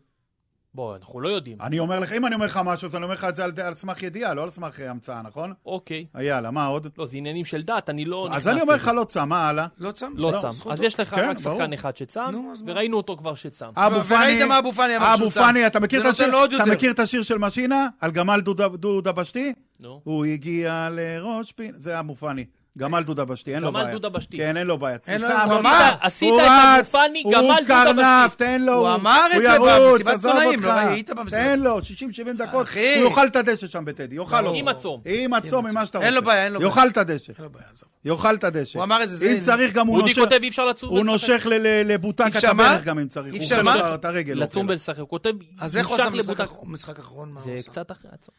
Speaker 1: בוא, אנחנו לא יודעים.
Speaker 3: אני אומר לך, אם אני אומר לך משהו, אז אני אומר לך את זה על, על סמך ידיעה, לא על סמך אה, המצאה, נכון?
Speaker 1: אוקיי.
Speaker 3: יאללה, מה עוד?
Speaker 1: לא, זה עניינים של דת, אני לא...
Speaker 3: אז
Speaker 1: נכנס
Speaker 3: אני אומר
Speaker 1: לזה.
Speaker 3: לך, לא צם, מה הלאה?
Speaker 2: לא צם?
Speaker 1: לא
Speaker 2: בסדר,
Speaker 1: צם.
Speaker 2: זכותו.
Speaker 1: אז יש לך
Speaker 3: כן,
Speaker 1: רק שחקן
Speaker 3: ברור.
Speaker 1: אחד שצם,
Speaker 2: נו, אז מה?
Speaker 1: וראינו אותו כבר שצם.
Speaker 3: אבו פאני...
Speaker 2: וראית מה אבו פאני אמר שהוא
Speaker 3: אבו
Speaker 2: צם.
Speaker 3: פאני, אתה מכיר
Speaker 2: זה
Speaker 3: את
Speaker 2: נותן
Speaker 3: השיר-
Speaker 2: לו עוד
Speaker 3: אתה
Speaker 2: יותר.
Speaker 3: מכיר את השיר של משינה? על גמל דודה- דודה בשתי?
Speaker 1: נו.
Speaker 3: הוא הגיע לראש פינה, זה אבו פאני. גמל דודה בשתי, אין לו
Speaker 1: גמל
Speaker 3: בעיה.
Speaker 1: דודה בשתי.
Speaker 3: כן, אין לו בעיה.
Speaker 2: אין לו-
Speaker 3: צם,
Speaker 2: הוא
Speaker 3: צם.
Speaker 2: אמר,
Speaker 1: עשית
Speaker 3: הוא
Speaker 1: את אבו
Speaker 3: רץ,
Speaker 1: פאני, גמל דודה
Speaker 3: הוא קרנף,
Speaker 1: בשתי.
Speaker 3: תן לו.
Speaker 2: הוא אמר את זה
Speaker 3: ירוץ,
Speaker 2: במסיבת
Speaker 3: עזוב
Speaker 2: עיתונאים,
Speaker 3: אותך.
Speaker 2: לא היית במסיבת-
Speaker 3: תן לו, 60-70 דקות,
Speaker 2: אחי. לא.
Speaker 3: הוא יאכל את הדשא שם בטדי, יאכל
Speaker 1: ברור.
Speaker 3: לו.
Speaker 1: עם הצום.
Speaker 3: עם הצום, עם מה שאתה רוצה.
Speaker 2: אין לו בעיה, אין לו
Speaker 3: יאכל את הדשא.
Speaker 2: אין לו בעיה, עזוב.
Speaker 3: יאכל את הדשא.
Speaker 2: הוא אמר את זה,
Speaker 3: אם
Speaker 2: זה-
Speaker 3: צריך גם הוא
Speaker 1: רודי
Speaker 3: נושך.
Speaker 1: כותב אי אפשר לצום
Speaker 2: לא
Speaker 3: הוא
Speaker 1: ולשחק.
Speaker 3: נושך ל- ל- לבוטק
Speaker 2: אפשר
Speaker 3: את
Speaker 2: מה?
Speaker 3: הברך גם אם צריך. הוא
Speaker 2: אפשר
Speaker 3: אוכל
Speaker 2: מה?
Speaker 3: לו את הרגל. אוקיי. הוא
Speaker 1: לצום
Speaker 3: אוכל לו.
Speaker 1: ולשחק. הוא כותב,
Speaker 2: אז איך הוא עשה
Speaker 1: נמשך
Speaker 2: משחק
Speaker 1: לבוטק.
Speaker 2: אחרון- משחק אחרון? מה הוא
Speaker 1: זה
Speaker 2: עשה?
Speaker 1: קצת אחרי הצום.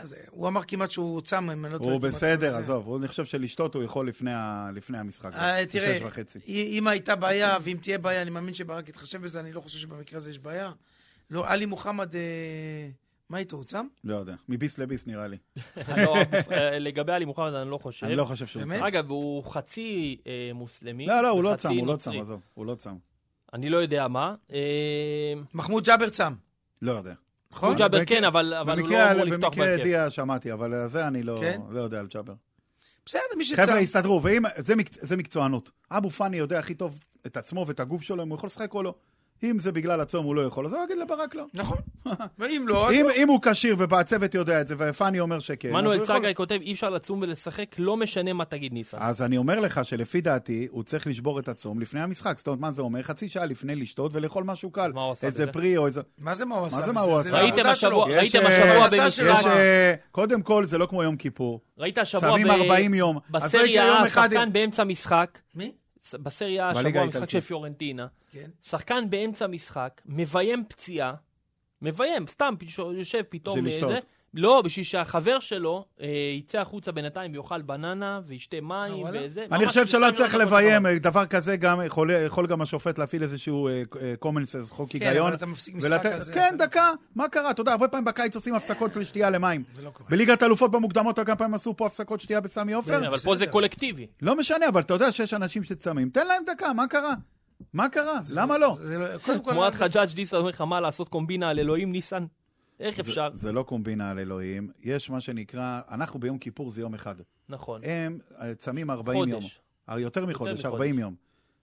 Speaker 2: אז, אה, הוא אמר כמעט שהוא צם, אם אני לא טועה.
Speaker 3: הוא
Speaker 2: כמעט
Speaker 3: בסדר,
Speaker 2: הוא זה.
Speaker 3: עזוב. הוא- אני חושב שלשתות הוא יכול לפני ה- לפני המשחק.
Speaker 2: אה, תראה,
Speaker 3: שש וחצי.
Speaker 2: אי- אם הייתה בעיה, ואם תהיה בעיה, אני מאמין שברק יתחשב בזה, אני לא חושב שבמקרה הזה יש בעיה. לא, עלי מוחמד, אה, מה איתו, הוא צם?
Speaker 3: לא יודע. מביס לביס נראה לי.
Speaker 1: אני לא- אה, לגבי עלי מוחמד אני לא חושב.
Speaker 3: אני לא חושב שהוא
Speaker 2: באמת?
Speaker 3: צם.
Speaker 1: אגב, הוא חצי אה, מוסלמי.
Speaker 3: לא, לא, הוא לא
Speaker 1: וחצי
Speaker 3: צם, הוא לא
Speaker 1: נוצרי.
Speaker 3: צם, עזוב. הוא לא צם.
Speaker 1: אני לא יודע מה. אה,
Speaker 2: מחמוד ג'אבר צם,
Speaker 3: לא יודע.
Speaker 2: נכון?
Speaker 1: הוא ג'אבר
Speaker 3: במקרה-
Speaker 1: כן, אבל אבל הוא
Speaker 3: במקרה-
Speaker 1: לא אמור לפתוח
Speaker 3: במקרה
Speaker 1: בהרכב.
Speaker 3: הדיע שמעתי, אבל אה, זה אני לא
Speaker 2: כן?
Speaker 3: לא יודע על ג'אבר.
Speaker 2: בסדר, מי שצם.
Speaker 3: חבר'ה, הסתדרו, ואם... זה, מק... זה מקצוענות. אבו פאני יודע הכי טוב את עצמו ואת הגוף שלו, אם הוא יכול לשחק או לא. אם זה בגלל הצום הוא לא יכול, אז הוא יגיד לברק לא.
Speaker 2: נכון. ואם לא, אז
Speaker 3: אם, אם הוא כשיר ובצוות יודע את זה, ופאני אומר שכן, אז
Speaker 1: אוקיי. מנואל
Speaker 3: הוא יכול.
Speaker 1: צגאי כותב, אי אפשר לצום ולשחק, לא משנה מה תגיד ניסן.
Speaker 3: אז אני אומר לך שלפי דעתי, הוא צריך לשבור את הצום לפני המשחק. זאת אומרת, מה זה אומר? חצי שעה לפני לשתות ולאכול משהו קל.
Speaker 1: מה הוא עשה
Speaker 3: איזה
Speaker 1: בזה?
Speaker 3: פרי או איזה...
Speaker 2: מה זה מה הוא עשה?
Speaker 3: מה זה מה הוא
Speaker 2: זה
Speaker 3: עשה?
Speaker 1: ראיתם
Speaker 2: העבודה
Speaker 1: השבוע-
Speaker 2: שלו.
Speaker 1: ראיתם
Speaker 3: יש,
Speaker 1: השבוע
Speaker 3: אה,
Speaker 2: במשחק?
Speaker 3: יש, אה, קודם כל, זה לא כמו יום כיפור.
Speaker 1: ראית השבוע
Speaker 3: שמים 40 יום. אז לא
Speaker 1: בסריה
Speaker 3: יקרה יום
Speaker 1: A,
Speaker 3: אחד-
Speaker 1: שחקן באמצע משחק,
Speaker 2: מי?
Speaker 1: ס- בסריה A
Speaker 3: בליגה
Speaker 1: השבוע המשחק
Speaker 3: האיטלקית.
Speaker 1: של פיורנטינה,
Speaker 2: כן.
Speaker 1: שחקן באמצע משחק, מביים פציעה, מביים, סתם פש- יושב פתאום
Speaker 3: בשביל
Speaker 1: אה,
Speaker 3: לשתות.
Speaker 1: זה. לא, בשביל שהחבר שלו אה, יצא החוצה בינתיים ויאכל בננה וישתה מים
Speaker 2: אה, וואלה.
Speaker 1: וזה.
Speaker 3: אני
Speaker 1: ממש לא נכון.
Speaker 3: חושב שלא
Speaker 1: שתיים
Speaker 3: צריך
Speaker 1: דקות אחרונות.
Speaker 3: לביים, אה, דבר כזה גם יכול, יכול גם השופט להפעיל איזשהו אה, אה, common sense, חוק
Speaker 2: כן,
Speaker 3: היגיון.
Speaker 2: אבל אתה מפסיק משחק
Speaker 3: ולתת-
Speaker 2: על זה.
Speaker 3: כן, דקה, מה קרה? אתה יודע, הרבה פעמים בקיץ עושים הפסקות לשתייה למים.
Speaker 2: זה לא קורה.
Speaker 3: בליגת אלופות במוקדמות, כמה פעמים עשו פה הפסקות שתייה בסמי עופר?
Speaker 1: כן, אבל פה זה קולקטיבי.
Speaker 3: לא משנה, אבל אתה יודע שיש אנשים שצמים, תן להם דקה, מה קרה? מה קרה? למה לא?
Speaker 2: זה לא- קודם כל...
Speaker 1: מועד חג'אג' ניסן אומר לך, מה לעשות קומבינה על אלוהים ניסן? איך אפשר?
Speaker 3: זה לא קומבינה על אלוהים, יש מה שנקרא, אנחנו ביום כיפור זה יום אחד.
Speaker 1: נכון.
Speaker 3: הם אה, צמים 40 יום.
Speaker 1: חודש.
Speaker 3: אה, יותר מחודש,
Speaker 1: מחודש.
Speaker 3: 40 יום.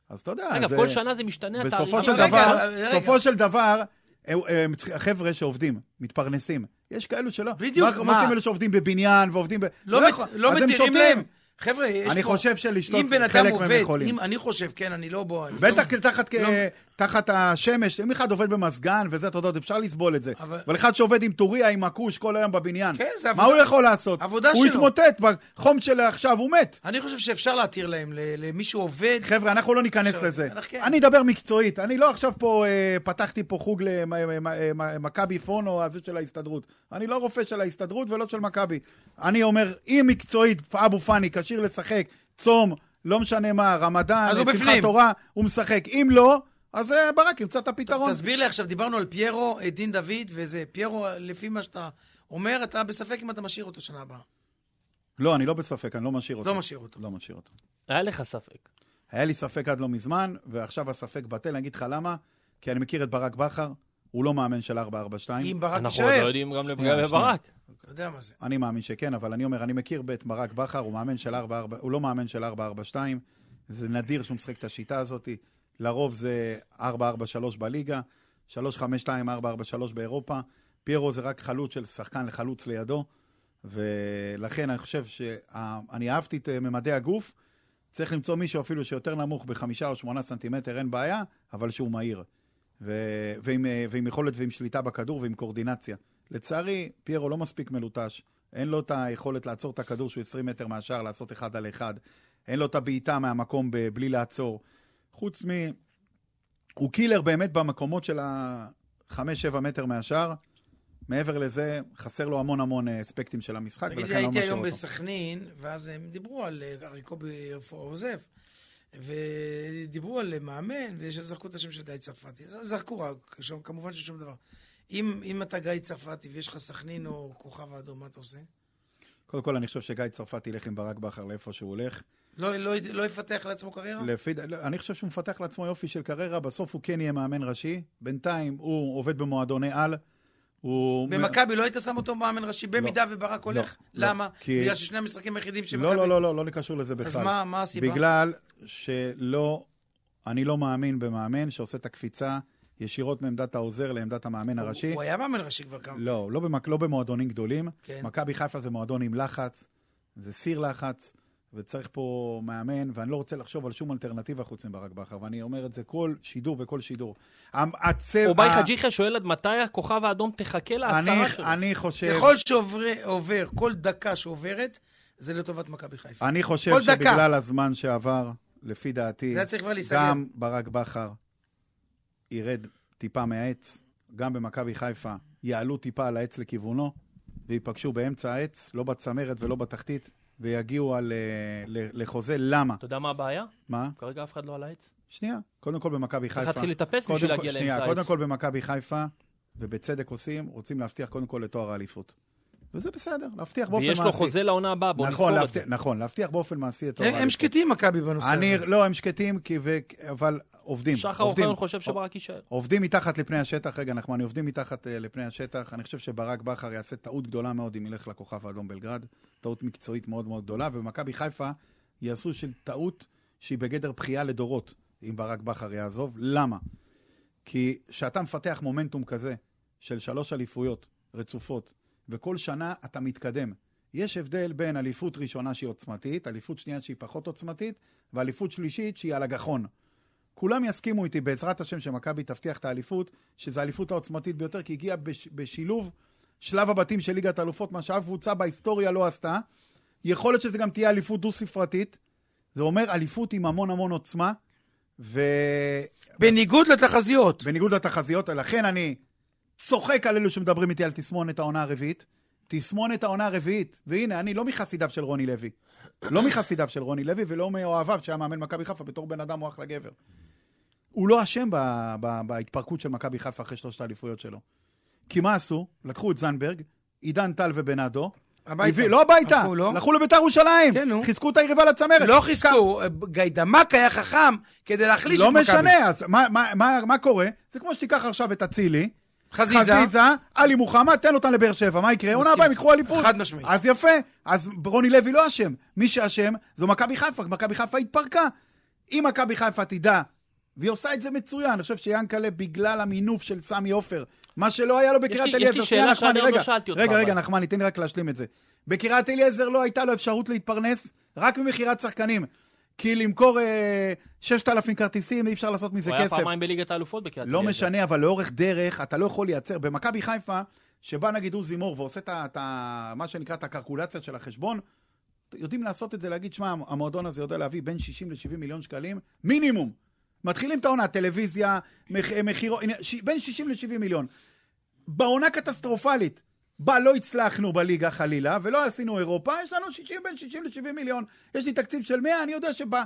Speaker 3: אז אתה יודע,
Speaker 1: אגב,
Speaker 3: זה-
Speaker 1: כל שנה זה משתנה התאריכים.
Speaker 3: בסופו של
Speaker 2: אבל רגע,
Speaker 3: דבר,
Speaker 2: רגע.
Speaker 3: בסופו של דבר, הם- הם צריכים- החבר'ה שעובדים, מתפרנסים. יש כאלו שלא.
Speaker 2: בדיוק,
Speaker 3: מה?
Speaker 2: מה?
Speaker 3: מה עושים אלה שעובדים בבניין ועובדים ב...
Speaker 2: לא מת-
Speaker 3: יכול-
Speaker 2: לא
Speaker 3: אז הם
Speaker 2: מתירים
Speaker 3: שותים.
Speaker 2: להם. חבר'ה, יש פה...
Speaker 3: אני חושב שלשתות
Speaker 2: אם בן אדם
Speaker 3: חלק מהם
Speaker 2: עובד,
Speaker 3: יכולים.
Speaker 2: אם- אני חושב, כן, אני לא בוא... אני
Speaker 3: בטח כן.
Speaker 2: לא-
Speaker 3: כי תחת,
Speaker 2: לא-
Speaker 3: תחת השמש, אם אחד עובד במזגן וזה, אתה יודע, עוד אפשר לסבול את זה.
Speaker 2: אבל-
Speaker 3: אבל... אחד שעובד עם טוריה, עם הכוש כל היום בבניין,
Speaker 2: כן, זה
Speaker 3: מה
Speaker 2: עבודה-
Speaker 3: הוא יכול לעשות?
Speaker 2: עבודה
Speaker 3: הוא
Speaker 2: שלו.
Speaker 3: יתמוטט בחום של עכשיו, הוא מת.
Speaker 2: אני חושב שאפשר להתיר להם, ל- למי שעובד...
Speaker 3: חבר'ה, אנחנו לא ניכנס
Speaker 2: עכשיו,
Speaker 3: לזה.
Speaker 2: אנחנו- כן.
Speaker 3: אני אדבר מקצועית. אני לא עכשיו פה, אה, פתחתי פה חוג אה, למכבי פון או הזה של ההסתדרות. אני לא רופא של ההסתדרות ולא של מכבי. אני אומר, אם מקצועית אבו פאני כשיר לשחק, צום, לא משנה מה, רמדאן,
Speaker 2: אז הוא בפנים.
Speaker 3: שמחת תורה, הוא משחק. אם לא, אז אה, ברק ימצא את הפתרון.
Speaker 2: תסביר לי עכשיו, דיברנו על פיירו, אה, דין דוד וזה. פיירו, לפי מה שאתה אומר, אתה בספק אם אתה משאיר אותו שנה הבאה.
Speaker 3: לא, אני לא בספק, אני לא משאיר אותו.
Speaker 2: לא משאיר אותו.
Speaker 3: לא משאיר אותו.
Speaker 1: היה לך ספק.
Speaker 3: היה לי ספק עד לא מזמן, ועכשיו הספק בטל, אני אגיד לך למה? כי אני מכיר את ברק בכר, הוא לא מאמן של 442.
Speaker 2: אם ברק
Speaker 1: אנחנו עוד לא
Speaker 2: יישאר,
Speaker 1: יודעים גם
Speaker 3: שנייה,
Speaker 1: לגבי ברק.
Speaker 2: אתה יודע מה זה.
Speaker 3: אני מאמין שכן, אבל אני אומר, אני מכיר בית ברק בכר, הוא מאמן של 4 הוא לא מאמן של 442, זה נדיר שהוא משחק את השיטה הזאת, לרוב זה 443 בליגה, 352, 443 באירופה, פיירו זה רק חלוץ של שחקן לחלוץ לידו, ולכן אני חושב שאני אהבתי את אה, ממדי הגוף, צריך למצוא מישהו אפילו שיותר נמוך בחמישה או שמונה סנטימטר, אין בעיה, אבל שהוא מהיר. ו- ועם, אה, ועם יכולת ועם שליטה בכדור ועם קורדינציה. לצערי, פיירו לא מספיק מלוטש, אין לו את היכולת לעצור את הכדור שהוא 20 מטר מהשער, לעשות אחד על אחד, אין לו את הבעיטה מהמקום ב- בלי לעצור. חוץ מ... הוא קילר באמת במקומות של ה-5-7 מטר מהשער. מעבר לזה, חסר לו המון המון אה, אספקטים של המשחק,
Speaker 2: תגיד לי,
Speaker 3: ולכן לא
Speaker 2: הייתי
Speaker 3: משאיר
Speaker 2: היום
Speaker 3: אותו.
Speaker 2: בסכנין, ואז הם דיברו על אה, הרי קובי עוזב, ודיברו על אה, מאמן, וזרקו את השם של גיא צרפתי. אז זרקו רק, שם- כמובן ששום דבר. אם, אם אתה גיא צרפתי ויש לך סכנין או כוכב האדום, מה אתה עושה?
Speaker 3: קודם כל, אני חושב שגיא צרפת ילך עם ברק בכר לאיפה שהוא הולך.
Speaker 2: לא- לא- לא יפתח לעצמו קריירה?
Speaker 3: לפי, לא, אני חושב שהוא מפתח לעצמו יופי של קריירה, בסוף הוא כן יהיה מאמן ראשי. בינתיים הוא עובד במועדוני על. הוא...
Speaker 2: במכבי לא היית שם אותו מאמן ראשי, במידה וברק הולך.
Speaker 3: לא.
Speaker 2: למה?
Speaker 3: כי-
Speaker 2: בגלל ששני המשחקים היחידים שמכבי...
Speaker 3: לא, לא, לא, לא, לא קשור לזה בכלל.
Speaker 2: מה- מה הסיבה?
Speaker 3: בגלל שלא, אני לא מאמין במאמן שעושה את הקפיצה ישירות מעמדת העוזר לעמדת המאמן הראשי.
Speaker 2: הוא היה מאמן ראשי כבר כמה...
Speaker 3: לא, לא, במק... לא במועדונים גדולים.
Speaker 2: כן.
Speaker 3: כן. מכבי חיפה זה מועדון עם לחץ, זה סיר לחץ, וצריך פה מאמן, ואני לא רוצה לחשוב על שום אלטרנטיבה חוץ מברק בכר, ואני אומר את זה כל שידור וכל שידור. המ- הצל...
Speaker 1: אובאי
Speaker 3: ה-
Speaker 1: חאג'יחיה שואל עד מתי הכוכב האדום תחכה להצהרה שלו.
Speaker 3: אה, אני, אני חושב...
Speaker 2: ככל שעובר, כל דקה שעוברת, זה לטובת מכבי חיפה.
Speaker 3: אני חושב
Speaker 2: כל דקה.
Speaker 3: שבגלל הזמן שעבר, לפי דעתי,
Speaker 2: זה היה צריך כבר להיסגר.
Speaker 3: גם ברק בכר ירד טיפה מהעץ, גם במכבי חיפה יעלו טיפה על העץ לכיוונו, וייפגשו באמצע העץ, לא בצמרת ולא בתחתית, ויגיעו על, אה, ל- לחוזה. למה?
Speaker 1: אתה יודע מה הבעיה?
Speaker 3: מה?
Speaker 1: כרגע אף אחד לא על העץ.
Speaker 3: שנייה. קודם כל במכבי חיפה.
Speaker 1: צריך להתחיל לטפס
Speaker 3: קודם
Speaker 1: בשביל
Speaker 3: כל-
Speaker 1: להגיע
Speaker 3: שנייה,
Speaker 1: לאמצע
Speaker 3: קודם
Speaker 1: העץ.
Speaker 3: כל במכבי חיפה, ובצדק עושים, רוצים להבטיח קודם כל לתואר האליפות. וזה בסדר, להבטיח באופן מעשי.
Speaker 1: ויש לו חוזה לעונה הבאה, בוא
Speaker 3: נכון,
Speaker 1: נזכור את
Speaker 3: להבטיח-
Speaker 1: זה.
Speaker 3: נכון, להבטיח באופן מעשי את תואר
Speaker 2: הם הם
Speaker 3: האליפות.
Speaker 2: שקטים, מכבי, בנושא
Speaker 3: אני,
Speaker 2: הזה.
Speaker 3: לא, הם שקטים, כי ו... אבל עובדים.
Speaker 1: שחר
Speaker 3: עובדים.
Speaker 1: אוחיון חושב שברק יישאר.
Speaker 3: עובדים מתחת לפני השטח, רגע נחמני, עובדים מתחת אה, לפני השטח. אני חושב שברק בכר יעשה טעות גדולה מאוד אם ילך לכוכב האדום בלגרד. טעות מקצועית מאוד מאוד גדולה, ובמכבי חיפה יעשו של טעות שהיא בגדר בכייה לדורות, אם ברק בכר יעזוב. למה? כי כשאתה מפתח מומנטום כזה של שלוש אליפויות רצופות, וכל שנה אתה מתקדם. יש הבדל בין אליפות ראשונה שהיא עוצמתית, אליפות שנייה שהיא פחות עוצמתית, ואליפות שלישית שהיא על הגחון. כולם יסכימו איתי, בעזרת השם, שמכבי תבטיח את האליפות, שזו האליפות העוצמתית ביותר, כי הגיעה בש, בשילוב שלב הבתים של ליגת האלופות, מה שאף קבוצה בהיסטוריה לא עשתה. יכול להיות שזה גם תהיה אליפות דו-ספרתית. זה אומר אליפות עם המון המון עוצמה, ו...
Speaker 2: בניגוד לתחזיות.
Speaker 3: בניגוד לתחזיות, לכן אני צוחק על אלו שמדברים איתי על תסמונת העונה הרביעית. תסמונת העונה הרביעית, והנה, אני לא מחסידיו של רוני לוי. לא מחסידיו של רוני לוי ולא מאוהביו שהיה מאמן מכבי חיפה בתור בן אדם הוא אחלה גבר. הוא לא אשם ב- ב- בהתפרקות של מכבי חיפה אחרי שלושת האליפויות שלו. כי מה עשו? לקחו את זנדברג, עידן טל ובנאדו.
Speaker 2: הביתה.
Speaker 3: הביא- לא הביתה,
Speaker 2: הלכו לו.
Speaker 3: לקחו לביתר ירושלים.
Speaker 2: כן, נו.
Speaker 3: חיזקו את היריבה לצמרת.
Speaker 2: לא חיזקו, גיידמק היה חכם כדי להחליש את
Speaker 3: לא
Speaker 2: מכבי.
Speaker 3: משנה, אז מה, מה, מה, מה קורה? זה כמו שתיקח עכשיו את אצילי,
Speaker 2: חזיזה.
Speaker 3: חזיזה, עלי מוחמד, תן אותם לבאר שבע, מה יקרה? עונה הבאה הם ייקחו אליפות.
Speaker 2: חד משמעית.
Speaker 3: אז יפה, אז רוני לוי לא אשם. מי שאשם זו מכבי חיפה, מכבי חיפה התפרקה. אם מכבי חיפה תדע, והיא עושה את זה מצוין, אני חושב שיאנקלה בגלל המינוף של סמי עופר, מה שלא היה לו
Speaker 1: לי-
Speaker 3: בקריית
Speaker 1: יש לי
Speaker 3: אליעזר,
Speaker 1: שאלה שעד
Speaker 3: שנייה נחמני,
Speaker 1: היום לא
Speaker 3: רגע,
Speaker 1: שאלתי אותך,
Speaker 3: רגע, רגע,
Speaker 1: אבל.
Speaker 3: נחמני, תן לי רק להשלים את זה. בקריית אליעזר לא הייתה לו אפשרות להתפרנס, רק ממכירת שחקנים. כי למכור אה, 6,000 כרטיסים, אי אפשר לעשות מזה
Speaker 1: הוא
Speaker 3: כסף.
Speaker 1: היה פעמיים בליגת האלופות בקריית
Speaker 3: לא
Speaker 1: אליעזר.
Speaker 3: משנה, אבל לאורך דרך, אתה לא יכול לייצר. במכבי חיפה, שבא נגיד עוזי מור ועושה את ה- את ה- מה שנקרא את הקרקולציה של החשבון, יודעים לעשות את זה, להגיד, שמע, המועדון הזה יודע להביא בין 60 ל-70 מיליון שקלים, מינימום. מתחילים את העונה, טלוויזיה, מח- מחירו, הנה, ש- בין 60 ל-70 מיליון. בעונה קטסטרופלית. בה לא הצלחנו בליגה חלילה, ולא עשינו אירופה, יש לנו 60, בין 60 ל-70 מיליון. יש לי תקציב של 100, אני יודע שבה...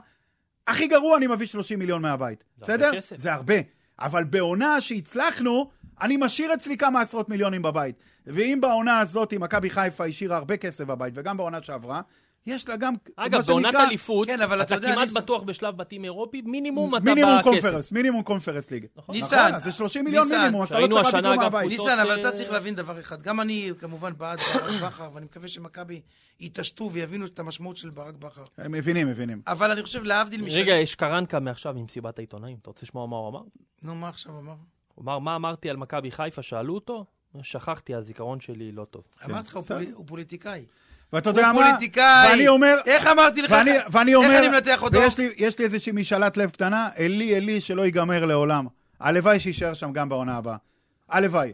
Speaker 3: הכי גרוע, אני מביא 30 מיליון מהבית.
Speaker 1: הרבה
Speaker 3: בסדר?
Speaker 1: כסף.
Speaker 3: זה הרבה. אבל בעונה שהצלחנו, אני משאיר אצלי כמה עשרות מיליונים בבית. ואם בעונה הזאת מכבי חיפה השאירה הרבה כסף בבית, וגם בעונה שעברה, יש לה גם, מה
Speaker 1: אגב, בעונת
Speaker 3: שנקרא,
Speaker 1: אליפות,
Speaker 2: כן, אבל
Speaker 1: אתה
Speaker 2: אתה יודע,
Speaker 1: כמעט
Speaker 2: ניסן-
Speaker 1: בטוח בשלב בתים אירופי, מינימום אתה
Speaker 3: מינימום
Speaker 1: בכסף.
Speaker 3: קונפרנס, מינימום קונפרנס ליג.
Speaker 2: ניסן,
Speaker 3: נכון, אז זה 30 מיליון
Speaker 2: ניסן,
Speaker 3: מינימום, אז אתה לא
Speaker 1: ראינו
Speaker 3: צריך להביא
Speaker 1: השנה,
Speaker 3: כלום
Speaker 1: אגב,
Speaker 3: מהבית.
Speaker 1: קבוצות,
Speaker 2: ניסן, אבל
Speaker 1: אה,
Speaker 2: אתה צריך להבין דבר אחד. גם אני כמובן בעד ברק בכר, ואני מקווה שמכבי יתעשתו ויבינו את המשמעות של ברק בכר.
Speaker 3: הם מבינים, מבינים.
Speaker 2: אבל אני חושב, להבדיל משנה...
Speaker 1: רגע, יש קרנקה מעכשיו עם מסיבת העיתונאים. אתה רוצה לשמוע מה הוא אמר?
Speaker 2: נו, מה עכשיו אמר?
Speaker 1: הוא אמר, מה אמרתי על מכבי חיפה? שאלו אותו? שכחתי, הזיכרון שלי לא טוב.
Speaker 2: אמרתי לך, הוא פולי- הוא פוליטיקאי.
Speaker 3: ואתה
Speaker 2: הוא
Speaker 3: כן, יודע מה?
Speaker 2: פוליטיקאי.
Speaker 3: ואני אומר...
Speaker 2: איך אמרתי לך?
Speaker 3: ואני, ואני אומר,
Speaker 2: איך אני מנתח אותו?
Speaker 3: ויש לי, יש לי איזושהי משאלת לב קטנה, אלי אלי שלא ייגמר לעולם. הלוואי שיישאר שם גם בעונה הבאה. הלוואי.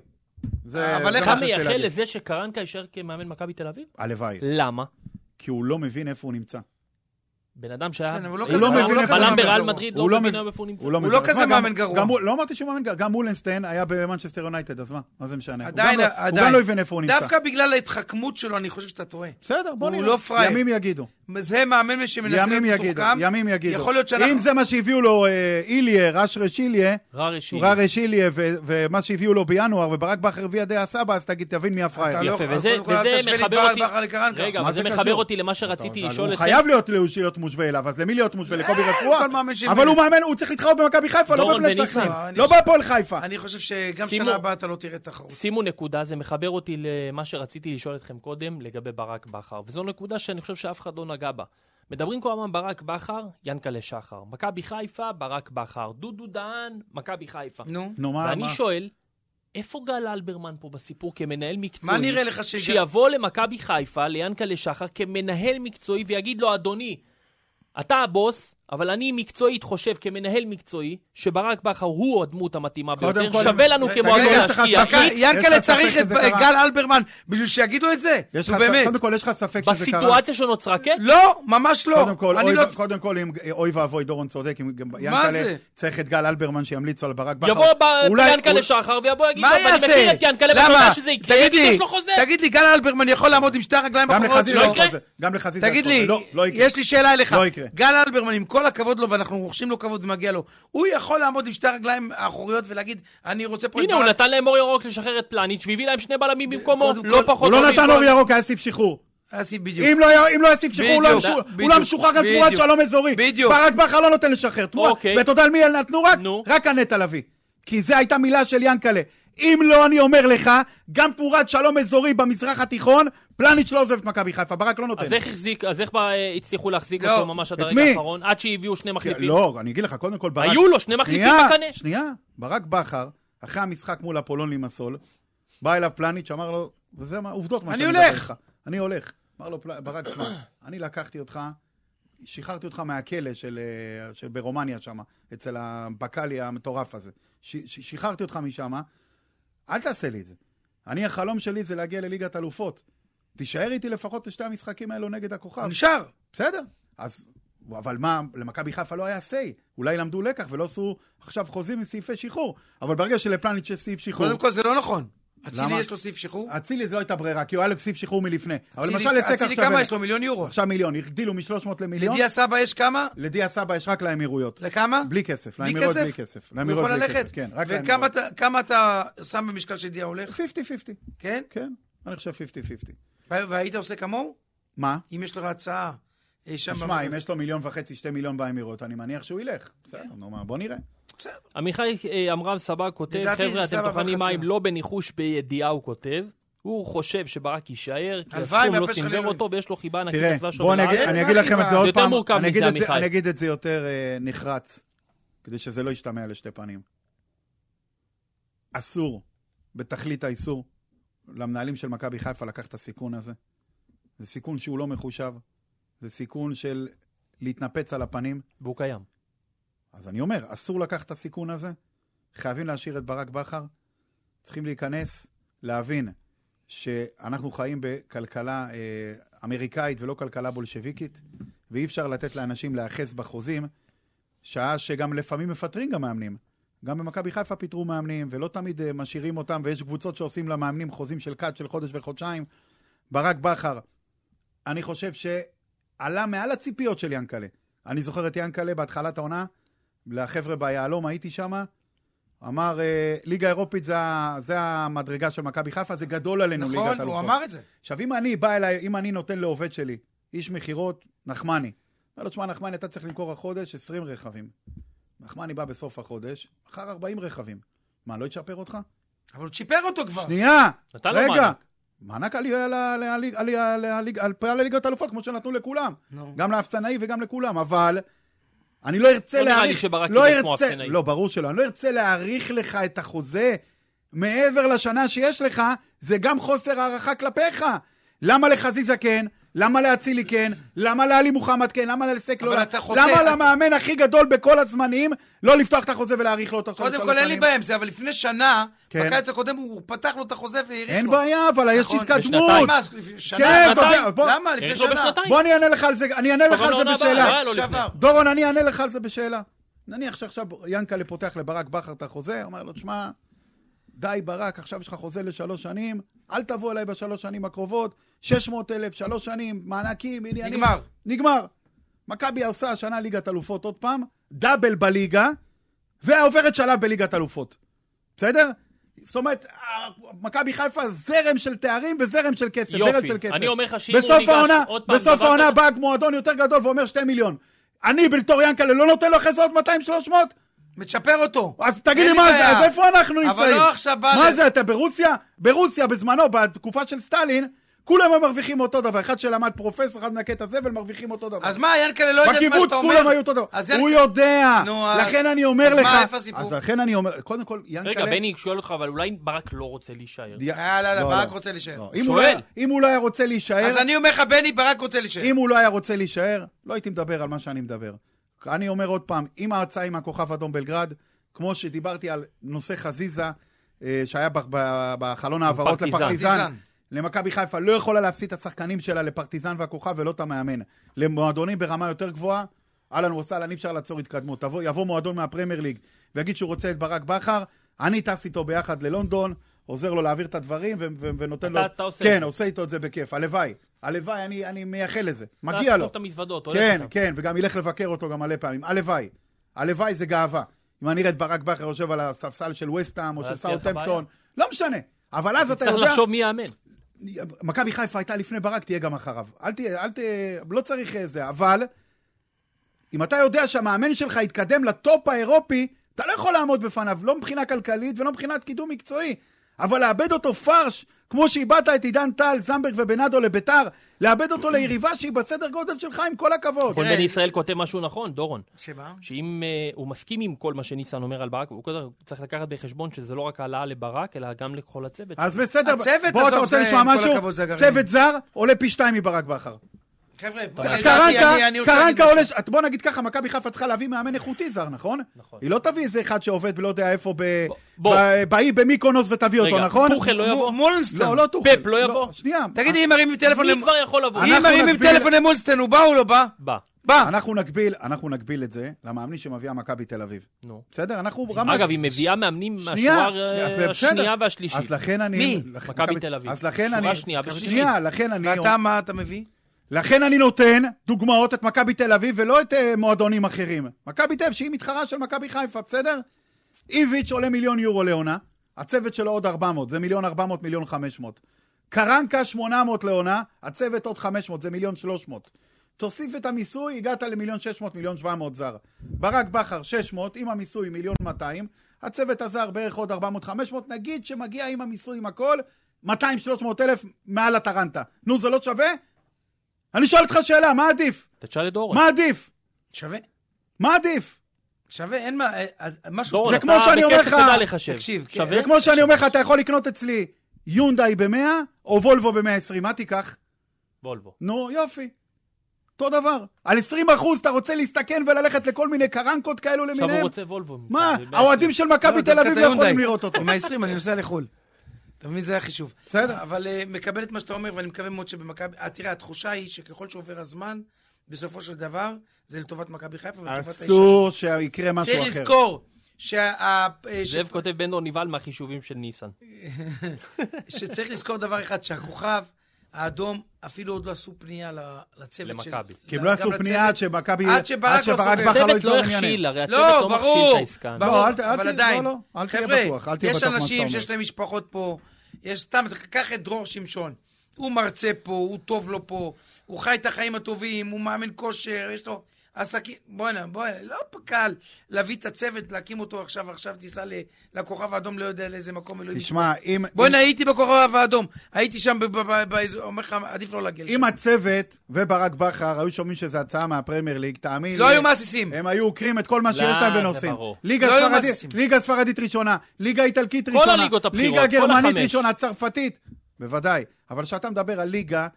Speaker 3: זה,
Speaker 2: אבל
Speaker 3: זה
Speaker 2: איך
Speaker 3: מה
Speaker 1: אתה
Speaker 3: שרציתי
Speaker 1: מייחל
Speaker 3: להגיד. כן.
Speaker 1: לזה שקרנקה יישאר כמאמן מכבי תל אביב?
Speaker 3: הלוואי.
Speaker 1: למה?
Speaker 3: כי הוא לא מבין איפה הוא נמצא.
Speaker 1: בן אדם שהיה...
Speaker 2: כן, אבל הוא לא
Speaker 1: אה,
Speaker 2: כזה-
Speaker 1: בלם-
Speaker 2: הוא לא כזה
Speaker 1: בלם
Speaker 2: מאמן
Speaker 1: בריאל
Speaker 2: גרוע.
Speaker 1: מדריד, לא
Speaker 3: הוא לא
Speaker 1: מבין
Speaker 3: מבין-
Speaker 1: היום איפה הוא נמצא.
Speaker 2: הוא
Speaker 3: מבין.
Speaker 2: לא כזה
Speaker 3: מה, גם-
Speaker 2: מאמן גרוע.
Speaker 3: גם הוא- לא אמרתי שהוא מאמן גרוע, גם מולנסטיין היה במנצ'סטר יונייטד, אז מה? מה זה משנה? הוא
Speaker 2: עדיין,
Speaker 3: גם לא-
Speaker 2: עדיין.
Speaker 3: הוא גם לא הבין איפה הוא נמצא.
Speaker 2: דווקא בגלל ההתחכמות שלו, אני חושב שאתה טועה.
Speaker 3: בסדר, בוא
Speaker 2: הוא
Speaker 3: נראה.
Speaker 2: לא פראייר.
Speaker 3: ימים יגידו.
Speaker 2: זה מאמן שמנסה
Speaker 3: ימים
Speaker 2: להיות
Speaker 3: יגידו,
Speaker 2: מתוחכם.
Speaker 3: ימים יגידו.
Speaker 2: יכול להיות שאנחנו...
Speaker 3: אם זה מה שהביאו לו אה, איליה, רשרש איליה,
Speaker 1: ררי שירי.
Speaker 3: ררש איליה, ו- ומה שהביאו לו בינואר, וברק בכר הביא עדי הסבא, אז תגיד, תבין מי הפראייר.
Speaker 2: אתה לא-
Speaker 1: יפה,
Speaker 2: קודם
Speaker 1: וזה-
Speaker 2: כל, אל
Speaker 1: וזה
Speaker 2: תשווה לי
Speaker 1: מחבר
Speaker 2: בעל
Speaker 1: אותי-
Speaker 2: בכר לקרנקה.
Speaker 1: רגע,
Speaker 3: מה
Speaker 1: אבל זה
Speaker 3: זה
Speaker 1: מחבר
Speaker 3: קשור?
Speaker 1: אותי למה שרציתי
Speaker 3: אבל
Speaker 1: לשאול
Speaker 3: הוא
Speaker 1: את...
Speaker 3: חייב להיות להיות- להיות מושווה אליו, אז למי להיות מושווה? לקובי רפואה?
Speaker 2: אה, כל מאמן שהביא.
Speaker 3: אבל הוא מאמן, הוא צריך להתחרות במכבי חיפה, לא
Speaker 1: דורון
Speaker 3: בבני
Speaker 1: בניסן.
Speaker 3: סכנין.
Speaker 2: לא, אני
Speaker 3: לא
Speaker 2: חושב-
Speaker 3: בהפועל חיפה.
Speaker 2: אני חושב שגם
Speaker 1: שימו-
Speaker 2: שנה הבאה אתה לא תראה תחרות.
Speaker 1: שימו נקודה, זה מחבר אותי למה שרציתי לשאול אתכם קודם לגבי ברק בכר, וזו נקודה שאני חושב שאף אחד לא נגע בה. מדברים כל הזמן ברק בכר, ינקלה שחר. מכבי חיפה, ברק בכר. דודו דהן, מכבי חיפה.
Speaker 2: נו.
Speaker 3: נו, מה?
Speaker 1: ואני
Speaker 3: מה?
Speaker 1: שואל, איפה גל אלברמן פה בסיפור כמנהל מקצועי?
Speaker 2: מה נראה לך שיגאל-
Speaker 1: שיבוא למכבי חיפה, ליענקלה שחר, כמנהל מקצועי, ויגיד לו, אדוני, אתה הבוס, אבל אני מקצועית חושב, כמנהל מקצועי, שברק בכר הוא הדמות המתאימה
Speaker 3: קודם
Speaker 1: ביותר,
Speaker 3: כל-
Speaker 1: שווה לנו
Speaker 3: רגע,
Speaker 1: כמועדון
Speaker 3: יש לך
Speaker 1: להשקיע.
Speaker 3: ספק?
Speaker 1: X,
Speaker 2: ינקלה
Speaker 3: יש לך
Speaker 2: צריך
Speaker 3: ספק
Speaker 2: את
Speaker 3: שזה קרה?
Speaker 2: גל אלברמן בשביל שיגידו את זה.
Speaker 3: יש לך
Speaker 2: נו,
Speaker 3: ס-
Speaker 2: באמת.
Speaker 3: קודם כל, יש לך ספק שזה קרה?
Speaker 1: בסיטואציה שנוצרה, כן?
Speaker 2: לא, ממש לא.
Speaker 3: קודם כל,
Speaker 2: אני
Speaker 3: אוי
Speaker 2: לא-
Speaker 3: ו- קודם כל, אם- אה, אוי ואבוי, דורון צודק, אם גם ינקלה
Speaker 2: זה?
Speaker 3: צריך את גל אלברמן שימליץ על ברק בכר.
Speaker 1: יבוא ב-
Speaker 3: לא, אולי-
Speaker 1: ינקלה
Speaker 3: אולי-
Speaker 1: שחר ויבוא יגיד לו,
Speaker 2: מה
Speaker 1: "אבל אני
Speaker 2: יעשה?
Speaker 1: מכיר את ינקלה ואני
Speaker 2: למה?
Speaker 1: יודע שזה יקרה,
Speaker 2: תגיד לי,
Speaker 1: יש לו חוזה.
Speaker 2: תגיד לי, גל אלברמן יכול לעמוד עם שתי הרגליים
Speaker 3: גם
Speaker 2: האחוריות
Speaker 3: לחזיזה
Speaker 2: שלו?
Speaker 1: לא
Speaker 3: יש
Speaker 1: יקרה?
Speaker 3: חוזה. גם לחזיזה יש
Speaker 2: תגיד
Speaker 3: חוזה.
Speaker 2: לי,
Speaker 3: לא, לא יקרה.
Speaker 2: יש לי שאלה אליך.
Speaker 3: לא יקרה.
Speaker 2: גל אלברמן, עם כל הכבוד לו, ואנחנו רוכשים לו כבוד ומגיע לו, הוא יכול לעמוד עם שתי הרגליים האחוריות ולהגיד, אני רוצה פה... את
Speaker 1: הנה, הוא
Speaker 2: ברק-
Speaker 1: נתן להם אור ירוק לשחרר את פלניץ' והביא להם שני בלמים במקומו,
Speaker 2: קודם
Speaker 1: לא
Speaker 2: כל-
Speaker 1: פחות
Speaker 3: הוא לא נתן
Speaker 1: במקום.
Speaker 3: אור ירוק, היה סעיף שחרור.
Speaker 2: אסי, אה, בדיוק.
Speaker 3: אם לא היה- אם לא היה סעיף שחרור, הוא לא היה
Speaker 2: בדיוק,
Speaker 3: משוחרר- הוא
Speaker 2: בדיוק,
Speaker 3: לא היה משוחרר גם
Speaker 2: בדיוק.
Speaker 3: תמורת שלום אזורי.
Speaker 2: בדיוק.
Speaker 3: ברק בכר לא נותן לשחרר. תמורה-
Speaker 1: אוקיי.
Speaker 3: ואתה יודע על מי נתנו רק?
Speaker 1: נו.
Speaker 3: רק הנטע לביא. כי זו הייתה מילה של ינקלה. אם לא, אני אומר לך, גם תמורת שלום אזורי במזרח התיכון, פלניץ' לא עוזב את מכבי חיפה, ברק לא נותן.
Speaker 1: אז איך החזיק, אז איך אה, הצליחו להחזיק
Speaker 2: לא.
Speaker 1: אותו ממש עד
Speaker 3: את
Speaker 1: הרגע
Speaker 3: מי?
Speaker 1: האחרון? עד שהביאו שני מחליפים.
Speaker 3: לא, אני אגיד לך, קודם כל ברק...
Speaker 1: היו לו שני מחליפים
Speaker 3: שנייה,
Speaker 1: בקנה.
Speaker 3: שנייה, ברק בכר, אחרי המשחק מול אפולון לימסול, בא אליו פלניץ', אמר לו, וזה מה, עובדות מה
Speaker 2: אני
Speaker 3: שאני מדבר
Speaker 2: הולך.
Speaker 3: איתך. אני הולך. אמר לו, "פל- ברק, שמע, אני לקחתי אותך, שחררתי אותך מהכלא של, אה, של ברומניה שם, אצל הבקאלי המטורף הזה. ש, ש, שחררתי אותך משם, אל תעשה לי את זה. אני, החלום שלי זה להגיע לליגת אלופות. תישאר איתי לפחות את שתי המשחקים האלו נגד הכוכב.
Speaker 2: הוא נשאר.
Speaker 3: בסדר, אז... אבל מה, למכבי חיפה לא היה say. אולי למדו לקח ולא עשו עכשיו חוזים עם סעיפי שחרור. אבל ברגע שלפלניץ' יש סעיף שחרור,
Speaker 2: קודם כל, זה לא נכון. אצילי
Speaker 3: למה?
Speaker 2: יש לו סעיף שחרור.
Speaker 3: אצילי זה לא הייתה ברירה, כי הוא היה לו סעיף שחרור מלפני. אבל
Speaker 2: אצילי-
Speaker 3: למשל לסק עכשיו...
Speaker 2: אצילי כמה
Speaker 3: אין-
Speaker 2: יש לו? מיליון יורו.
Speaker 3: עכשיו מיליון, הגדילו מ-300 למיליון.
Speaker 2: לדיה סבא יש כמה?
Speaker 3: לדיה סבא יש רק לאמירויות.
Speaker 2: לכמה?
Speaker 3: בלי כסף,
Speaker 2: בלי
Speaker 3: לאמירויות
Speaker 2: כסף?
Speaker 3: בלי כסף.
Speaker 2: הוא
Speaker 3: לאמירויות
Speaker 2: יכול
Speaker 3: בלי
Speaker 2: ללכת?
Speaker 3: כסף, כן, רק
Speaker 2: וכמה
Speaker 3: לאמירויות.
Speaker 2: אתה- כמה אתה שם במשקל שדיה הולך?
Speaker 3: 50-50,
Speaker 2: כן?
Speaker 3: כן, אני חושב 50-50.
Speaker 2: וה- והיית עושה כמוהו?
Speaker 3: מה?
Speaker 2: אם יש לך הצעה אה, שם...
Speaker 3: תשמע, אם יש לו מיליון וחצי, שתי מיליון באמירויות, אני מניח שהוא ילך.
Speaker 2: כן.
Speaker 3: בסדר, נו מה, בוא נראה.
Speaker 1: עמיחי אה, עמרם סבא כותב,
Speaker 2: לדעתי
Speaker 1: חבר'ה,
Speaker 2: זה סבא
Speaker 1: אתם טוחנים
Speaker 2: וחצי.
Speaker 1: מים לא בניחוש, בידיעה הוא כותב. הוא חושב שברק יישאר, כי
Speaker 2: הלוואי,
Speaker 1: הסכום לא
Speaker 2: והפה שלך
Speaker 1: סינגר
Speaker 2: לא-
Speaker 1: אותו ויש לו חיבה ענקית
Speaker 3: תראה,
Speaker 1: לצבא שלו
Speaker 3: בוא אני אגיד-
Speaker 1: בארץ.
Speaker 3: אני אגיד לכם את זה עוד
Speaker 1: יותר
Speaker 3: פעם,
Speaker 1: מורכב
Speaker 3: אני
Speaker 1: מזה,
Speaker 3: אגיד את זה-
Speaker 1: עמיחי.
Speaker 3: אני אגיד את זה יותר אה, נחרץ, כדי שזה לא ישתמע לשתי פנים. אסור, בתכלית האיסור, למנהלים של מכבי חיפה לקחת את הסיכון הזה. זה סיכון שהוא לא מחושב, זה סיכון של להתנפץ על הפנים.
Speaker 1: והוא קיים.
Speaker 3: אז אני אומר, אסור לקחת את הסיכון הזה, חייבים להשאיר את ברק בכר, צריכים להיכנס, להבין שאנחנו חיים בכלכלה אה, אמריקאית ולא כלכלה בולשביקית, ואי אפשר לתת לאנשים להיאחז בחוזים, שעה שגם לפעמים מפטרים גם מאמנים. גם במכבי חיפה פיטרו מאמנים, ולא תמיד אה, משאירים אותם, ויש קבוצות שעושים למאמנים חוזים של קאט של חודש וחודשיים. ברק בכר, אני חושב שעלה מעל הציפיות של ינקלה. אני זוכר את ינקלה בהתחלת העונה, לחבר'ה ביהלום, הייתי שם, אמר, אה, ליגה אירופית זה, ה- זה המדרגה של מכבי חיפה, זה גדול עלינו ליגת
Speaker 2: נכון,
Speaker 3: אלופות.
Speaker 2: הוא אמר את זה.
Speaker 3: עכשיו, אם אני בא אליי, אם אני נותן לעובד שלי, איש מכירות, נחמני, אומר לו, תשמע, נחמני, אתה צריך למכור החודש 20 רכבים. נחמני בא בסוף החודש, אחר 40 רכבים. מה, לא יצ'פר אותך?
Speaker 2: אבל הוא צ'יפר אותו כבר.
Speaker 3: שנייה!
Speaker 1: נתן לו
Speaker 3: רגע!
Speaker 1: מענק.
Speaker 3: מענק על על- על- על- על- על- על- על פעל לליגת אלופות, כמו שנתנו לכולם.
Speaker 2: נו.
Speaker 3: גם לאפסנאי וגם לכולם, אבל... אני לא ארצה
Speaker 1: לא נראה לי
Speaker 3: להעריך...
Speaker 1: שברק
Speaker 3: לא
Speaker 1: יהיה כמו
Speaker 3: ארצה-
Speaker 1: אפסנאי.
Speaker 3: לא, ברור שלא. אני לא ארצה להעריך לך את החוזה מעבר לשנה שיש לך, זה גם חוסר הערכה כלפיך. למה לחזיזה כן? למה לאצילי כן? למה לעלי מוחמד כן? למה לסק לא?
Speaker 2: אבל אתה חוטא.
Speaker 3: למה למאמן הכי גדול בכל הזמנים לא לפתוח את החוזה ולהעריך לו אותו עכשיו
Speaker 2: קודם
Speaker 3: לשלוש
Speaker 2: כל, אין לי
Speaker 3: שנים?
Speaker 2: בעיה עם זה, אבל לפני שנה,
Speaker 3: כן.
Speaker 2: בקיץ הקודם הוא פתח לו את החוזה והאריך לו.
Speaker 3: אין בעיה, אבל יש
Speaker 2: נכון.
Speaker 3: התקדמות.
Speaker 2: מה, אז לפני שנה?
Speaker 3: כן, אתה
Speaker 2: שנתיים?
Speaker 3: יודע, בוא-
Speaker 2: למה? לפני
Speaker 1: יש לו
Speaker 2: שנה.
Speaker 1: בשנתיים.
Speaker 3: בוא אני אענה לך על זה, אני אענה לך
Speaker 1: אבל
Speaker 3: על זה
Speaker 1: לעונה הבאה,
Speaker 3: בשאלה.
Speaker 1: לא היה לו לפני.
Speaker 2: שעבר.
Speaker 3: דורון, אני אענה לך על זה בשאלה. נניח שעכשיו ינקלה פותח לברק בכר את החוזה, אומר לו, תשמע, די ברק, עכשיו יש לך חוזה לשלוש שנים, אל תבוא אליי בשלוש שנים הקרובות, 600 אלף, שלוש שנים, מענקים, עניינים.
Speaker 2: נגמר.
Speaker 3: נגמר. מכבי עושה השנה ליגת אלופות עוד פעם, דאבל בליגה, ועוברת שלב בליגת אלופות. בסדר? זאת אומרת, ה- מכבי חיפה זרם של תארים וזרם של קצב,
Speaker 1: יופי.
Speaker 3: זרם של קצב.
Speaker 1: אני אומר לך שאם הוא
Speaker 3: בסוף
Speaker 1: ניגש
Speaker 3: העונה-
Speaker 1: עוד פעם
Speaker 3: בסוף
Speaker 1: דבר
Speaker 3: העונה
Speaker 1: כזה-
Speaker 3: בא מועדון יותר גדול ואומר שתי מיליון. אני בתור ינקלה לא נותן לו אחרי זה עוד 200-300?
Speaker 2: מצ'פר אותו.
Speaker 3: אז תגיד
Speaker 2: אין
Speaker 3: לי
Speaker 2: לי
Speaker 3: מה זה,
Speaker 2: בעיה.
Speaker 3: אז איפה אנחנו
Speaker 2: אבל
Speaker 3: נמצאים?
Speaker 2: לא עכשיו בא
Speaker 3: מה
Speaker 2: ל-
Speaker 3: זה, אתה ברוסיה? ברוסיה בזמנו, בתקופה של סטלין, כולם היו מרוויחים אותו דבר. אחד שלמד פרופסור, אחד מנקה את הזבל, מרוויחים אותו דבר.
Speaker 2: אז מה, ינקלה לא יודע את מה
Speaker 3: בקיבוץ
Speaker 2: שאתה אומר?
Speaker 3: כולם היו אותו דבר.
Speaker 2: אז
Speaker 3: הוא
Speaker 2: ינקלה-
Speaker 3: יודע.
Speaker 2: נו, אז-
Speaker 3: לכן אני אומר
Speaker 2: אז
Speaker 3: לך...
Speaker 2: מה, איפה הסיפור?
Speaker 3: אז לכן אני אומר, קודם כל, ינקלה...
Speaker 1: רגע, בני שואל אותך, אבל אולי ברק לא רוצה להישאר.
Speaker 3: די-
Speaker 2: אה, לא, לא, ברק רוצה להישאר.
Speaker 3: לא, אם
Speaker 1: שואל.
Speaker 3: הוא לא היה- אם הוא לא היה רוצה להישאר...
Speaker 2: אז אני אומר לך, בני ברק רוצה להישאר.
Speaker 3: אם הוא לא היה רוצה להישאר, לא הייתי מדבר על מה שאני מדבר. אני אומר עוד פעם, אם ההצעה עם הכוכב אדום בלגרד, כמו שדיברתי על נושא חזיזה, אה, שהיה ב- ב- בחלון ההעברות
Speaker 1: פרטיזן.
Speaker 3: לפרטיזן,
Speaker 2: פרטיזן.
Speaker 3: למכבי חיפה, לא יכולה להפסיד את השחקנים שלה לפרטיזן והכוכב ולא את המאמן. למועדונים ברמה יותר גבוהה, אהלן וסהלן, אי אפשר לעצור התקדמות. תבוא, יבוא מועדון מהפרמייר ליג ויגיד שהוא רוצה את ברק בכר, אני טס איתו ביחד ללונדון, עוזר לו להעביר את הדברים ו- ו- ונותן
Speaker 1: אתה-
Speaker 3: לו...
Speaker 1: אתה עושה את
Speaker 3: כן,
Speaker 1: זה.
Speaker 3: עושה איתו את זה בכיף, הלוואי. הלוואי, אני, אני מייחל לזה.
Speaker 1: אתה
Speaker 3: מגיע
Speaker 1: תחטוף
Speaker 3: לו.
Speaker 1: לא את המזוודות, הולך
Speaker 3: כן,
Speaker 1: איתם.
Speaker 3: כן, וגם ילך לבקר אותו גם מלא פעמים. הלוואי. הלוואי זה גאווה. אם אני אראה את ברק בכר יושב על הספסל של וסטהאם או של
Speaker 1: ואז תהיה לך
Speaker 3: סאוטהמפטון, לא משנה. אבל אז אתה
Speaker 1: צריך
Speaker 3: יודע, כן.
Speaker 1: לחשוב מי יאמן.
Speaker 3: מכבי חיפה הייתה לפני ברק, תהיה גם אחריו. אל תהיה, אל תהיה, לא צריך אה, זה, אבל אם אתה יודע שהמאמן שלך יתקדם לטופ האירופי, אתה לא יכול לעמוד בפניו, לא מבחינה כלכלית ולא מבחינת קידום מקצועי. אבל לאבד אותו פרש, כמו שאיבדת את עידן טל, זמברג ובנאדו לביתר, לאבד אותו ליריבה שהיא בסדר גודל שלך, עם כל הכבוד.
Speaker 1: כל
Speaker 2: תראה,
Speaker 1: בן ישראל כותב משהו נכון, דורון.
Speaker 2: שמה?
Speaker 1: שאם אה, הוא מסכים עם כל מה שניסן אומר על ברק, הוא קודם כל צריך לקחת בחשבון שזה לא רק העלאה לברק, אלא גם לכל הצוות.
Speaker 3: אז בסדר,
Speaker 2: הצוות,
Speaker 3: בוא, אתה
Speaker 2: עזוב,
Speaker 3: רוצה
Speaker 2: זה-
Speaker 3: לשמוע
Speaker 2: עם כל
Speaker 3: משהו?
Speaker 2: הכבוד, זה הגרעין.
Speaker 3: צוות זר עולה פי שתיים מברק בכר.
Speaker 2: חבר'ה,
Speaker 3: קרנקה,
Speaker 2: אני- אני רוצה להגיד
Speaker 3: קרנקה
Speaker 2: משהו.
Speaker 3: עולה, ש- את- בוא נגיד ככה, מכבי חיפה צריכה להביא מאמן איכותי זר, נכון?
Speaker 1: נכון.
Speaker 3: היא לא תביא איזה אחד שעובד ולא יודע איפה, ב-
Speaker 1: בוא.
Speaker 3: ב- באי במיקונוס ותביא אותו,
Speaker 1: רגע,
Speaker 3: נכון?
Speaker 1: טוחל לא יבוא?
Speaker 2: מ- מולנסטיין.
Speaker 3: לא, לא טוחל.
Speaker 1: פפ לא יבוא?
Speaker 3: שנייה.
Speaker 2: תגיד לי, אם מרימים טלפון...
Speaker 1: מי
Speaker 2: למ-
Speaker 1: כבר יכול לבוא?
Speaker 2: אם
Speaker 3: אנחנו
Speaker 2: מרימים
Speaker 3: נגביל-
Speaker 2: טלפון למולסטיין, הוא בא או לא בא?
Speaker 1: בא.
Speaker 2: בא.
Speaker 3: אנחנו נגביל, אנחנו נגביל את זה למאמנים שמביאה מכבי תל אביב.
Speaker 1: נו.
Speaker 3: בסדר? אנחנו רמה...
Speaker 1: אגב, היא מביאה מאמנים
Speaker 3: שנייה,
Speaker 1: מהשורה אה,
Speaker 3: שנייה, זה
Speaker 1: השנייה
Speaker 3: בסדר.
Speaker 1: והשלישית.
Speaker 3: אז לכן אני...
Speaker 2: מי?
Speaker 3: לכ-
Speaker 1: מכבי תל אביב.
Speaker 3: אז לכן
Speaker 1: שורה
Speaker 3: אני...
Speaker 1: שנייה ושלישית.
Speaker 3: שנייה, לכן אני...
Speaker 2: ואתה, מה אתה מביא?
Speaker 3: לכן אני נותן דוגמאות את מכבי תל אביב ולא את אה, מועדונים אחרים. מכבי תל אביב שהיא מתחרה של מכבי חיפה, בסדר? איביץ' עולה מיליון יורו לעונה, הצוות שלו עוד 400, זה מיליון 400, מיליון 500. קרנקה 800 לעונה, הצוות עוד 500, זה מיליון 300. תוסיף את המיסוי, הגעת למיליון 600, מיליון 700 זר. ברק בכר 600, עם המיסוי מיליון 200, הצוות הזר בערך עוד 400, 500, נגיד שמגיע עם המיסוי עם הכל, 200-300 אלף מעל הטרנטה. נו, זה לא שווה? אני שואל אותך שאלה, מה עדיף?
Speaker 1: תשאל את דורון.
Speaker 3: מה עדיף?
Speaker 2: שווה.
Speaker 3: מה עדיף?
Speaker 2: שווה, אין מה... אה, אז- משהו...
Speaker 1: דורון,
Speaker 3: זה
Speaker 1: אתה
Speaker 3: כמו שאני אומר
Speaker 1: בכסף
Speaker 3: לך-
Speaker 1: תדע לחשב.
Speaker 2: תקשיב, כן.
Speaker 1: שווה?
Speaker 3: זה כמו שאני אומר לך, אתה יכול לקנות אצלי יונדאי ב-100 או וולבו ב-120, מה תיקח?
Speaker 1: וולבו.
Speaker 3: נו, יופי. אותו דבר. על 20 אתה רוצה להסתכן וללכת לכל מיני קרנקות כאלו
Speaker 1: עכשיו הוא
Speaker 3: למיניהם?
Speaker 1: רוצה וולבו. ממך,
Speaker 3: מה?
Speaker 1: זה בעצם.
Speaker 3: האוהדים של מכבי
Speaker 2: דווקא
Speaker 3: תל אביב
Speaker 2: את
Speaker 3: לא יכולים
Speaker 2: היונדאי.
Speaker 3: לראות אותו.
Speaker 2: עם ה-20 אני נוסע לחו"ל. אתה מבין? זה החישוב.
Speaker 3: בסדר.
Speaker 2: אבל אה, מקבל את מה שאתה אומר, ואני מקווה מאוד שבמכבי... אה, תראה, התחושה היא שככל שעובר הזמן, בסופו של דבר, זה לטובת מכבי חיפה ולטובת האישה.
Speaker 3: אסור שיקרה משהו
Speaker 2: צריך
Speaker 3: אחר.
Speaker 2: לזכור שה- אה, אה, ש-
Speaker 1: זאב כותב בן דור נבהל מהחישובים של ניסן.
Speaker 2: שצריך לזכור דבר אחד, שהכוכב האדום, אפילו עוד לא עשו פנייה ל- לצוות של...
Speaker 1: למכבי.
Speaker 3: כי הם לא
Speaker 2: גם
Speaker 3: עשו
Speaker 2: לצוות.
Speaker 3: פנייה עד שמכבי...
Speaker 2: עד שברק לא סוגר.
Speaker 3: בכר לא
Speaker 1: הצוות
Speaker 3: יסגור
Speaker 1: לא
Speaker 3: עניינים.
Speaker 1: הכשיל, הרי הצוות
Speaker 2: לא,
Speaker 1: לא מכשיל
Speaker 2: ברור,
Speaker 1: את העסקה.
Speaker 2: ברור,
Speaker 3: אל ת- אל
Speaker 2: אבל
Speaker 3: ת-
Speaker 2: עדיין.
Speaker 3: לא, לא, אל תהיה בטוח, אל
Speaker 2: חבר'ה,
Speaker 3: תהיה
Speaker 2: יש
Speaker 3: בטוח מה שאתה
Speaker 2: אנשים
Speaker 3: אומר.
Speaker 2: שיש להם משפחות פה, יש סתם, קח את דרור שמשון. הוא מרצה פה, הוא טוב לו פה, הוא חי את החיים הטובים, הוא מאמן כושר, יש לו עסקים, בואנה, בואנה, לא קל להביא את הצוות, להקים אותו עכשיו, עכשיו תיסע ל- לכוכב האדום, לא יודע לאיזה מקום, אלוהים.
Speaker 3: תשמע, אם...
Speaker 2: בואנה, הייתי בכוכב האדום, הייתי שם, ב- ב- ב- באזור, אומר לך, עדיף לא להגיע לשם.
Speaker 3: אם הצוות וברק בכר היו שומעים שזו הצעה מהפרמייר ליג, תאמין לי...
Speaker 2: לא היו מהססים.
Speaker 3: הם היו עוקרים את כל מה שיש
Speaker 1: לא,
Speaker 3: להם
Speaker 1: זה
Speaker 3: ונוסעים.
Speaker 1: ברור.
Speaker 3: ליגה
Speaker 2: לא היו
Speaker 3: ספרדית-
Speaker 2: מהססים.
Speaker 3: ליגה ספרדית ראשונה, ליגה איטלקית
Speaker 1: כל
Speaker 3: ראשונה,
Speaker 1: הליגות הבכירות,
Speaker 3: ליגה
Speaker 1: כל
Speaker 3: גרמנית
Speaker 1: החמש.
Speaker 3: ראשונה, צרפתית, בוודאי. אבל כשאתה מדבר על ליגה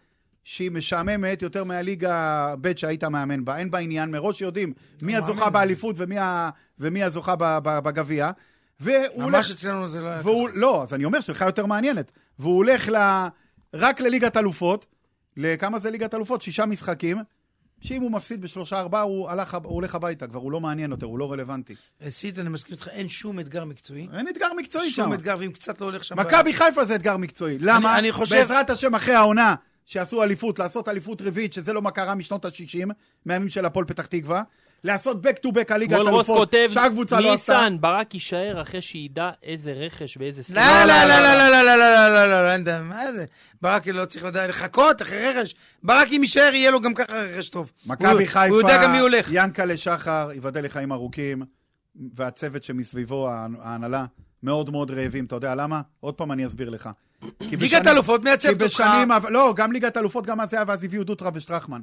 Speaker 3: שהיא משעממת יותר מהליגה ב' שהיית מאמן בה, אין בה עניין, מראש יודעים מי הזוכה באליפות ומי ה- ומי הזוכה ב- ב- בגביע. והוא הולך-
Speaker 2: ממש אצלנו זה לא היה
Speaker 3: והוא, לא, אז אני אומר שלך יותר מעניינת. והוא הולך ל... רק לליגת אלופות, לכמה זה ליגת אלופות? שישה משחקים, שאם הוא מפסיד בשלושה ארבעה, הוא, הלך, הוא הולך הביתה, כבר הוא לא מעניין יותר, הוא לא רלוונטי.
Speaker 2: סיט, אה, אני מסכים איתך, אין שום אתגר מקצועי.
Speaker 3: אין אתגר מקצועי שם.
Speaker 2: שום אתגר, ואם קצת לא הולך שם...
Speaker 3: מכבי חיפה זה אתגר מקצועי. למה?
Speaker 2: אני חושב-
Speaker 3: בעזרת השם, אחרי העונה שעשו אליפות, לעשות אליפות רביעית, שזה לא מה קרה משנות ה-60, מהימים של הפועל פתח תקווה, לעשות back to back הליגת
Speaker 1: שמואל רוס
Speaker 3: אלופות,
Speaker 1: כותב,
Speaker 3: שהקבוצה לא עשתה.
Speaker 1: ניסן, ברק יישאר אחרי שידע איזה רכש ואיזה
Speaker 2: לא,
Speaker 1: סיבה.
Speaker 2: לא, לא, לא, לא, לא, לא, לא, לא, לא, לא, אין דבר, מה זה? ברק לא צריך לדעת לחכות אחרי רכש. ברק, אם יישאר, יהיה לו גם ככה רכש טוב. הוא-
Speaker 3: מכבי חיפה,
Speaker 2: הוא יודע גם מי הולך.
Speaker 3: ינקלה שחר, ייבדל לחיים ארוכים, והצוות שמסביבו, ההנ- ההנהלה, מאוד מאוד רעבים. אתה יודע למה? עוד פעם אני אסביר לך. כי
Speaker 2: ליגת
Speaker 3: בשנים-
Speaker 2: אלופות מייצבת
Speaker 3: כי
Speaker 2: אותך.
Speaker 3: בשנים, אבל- לא, גם ליגת אלופות, גם אז היה, ואז הביאו דוטרה ושטרחמן.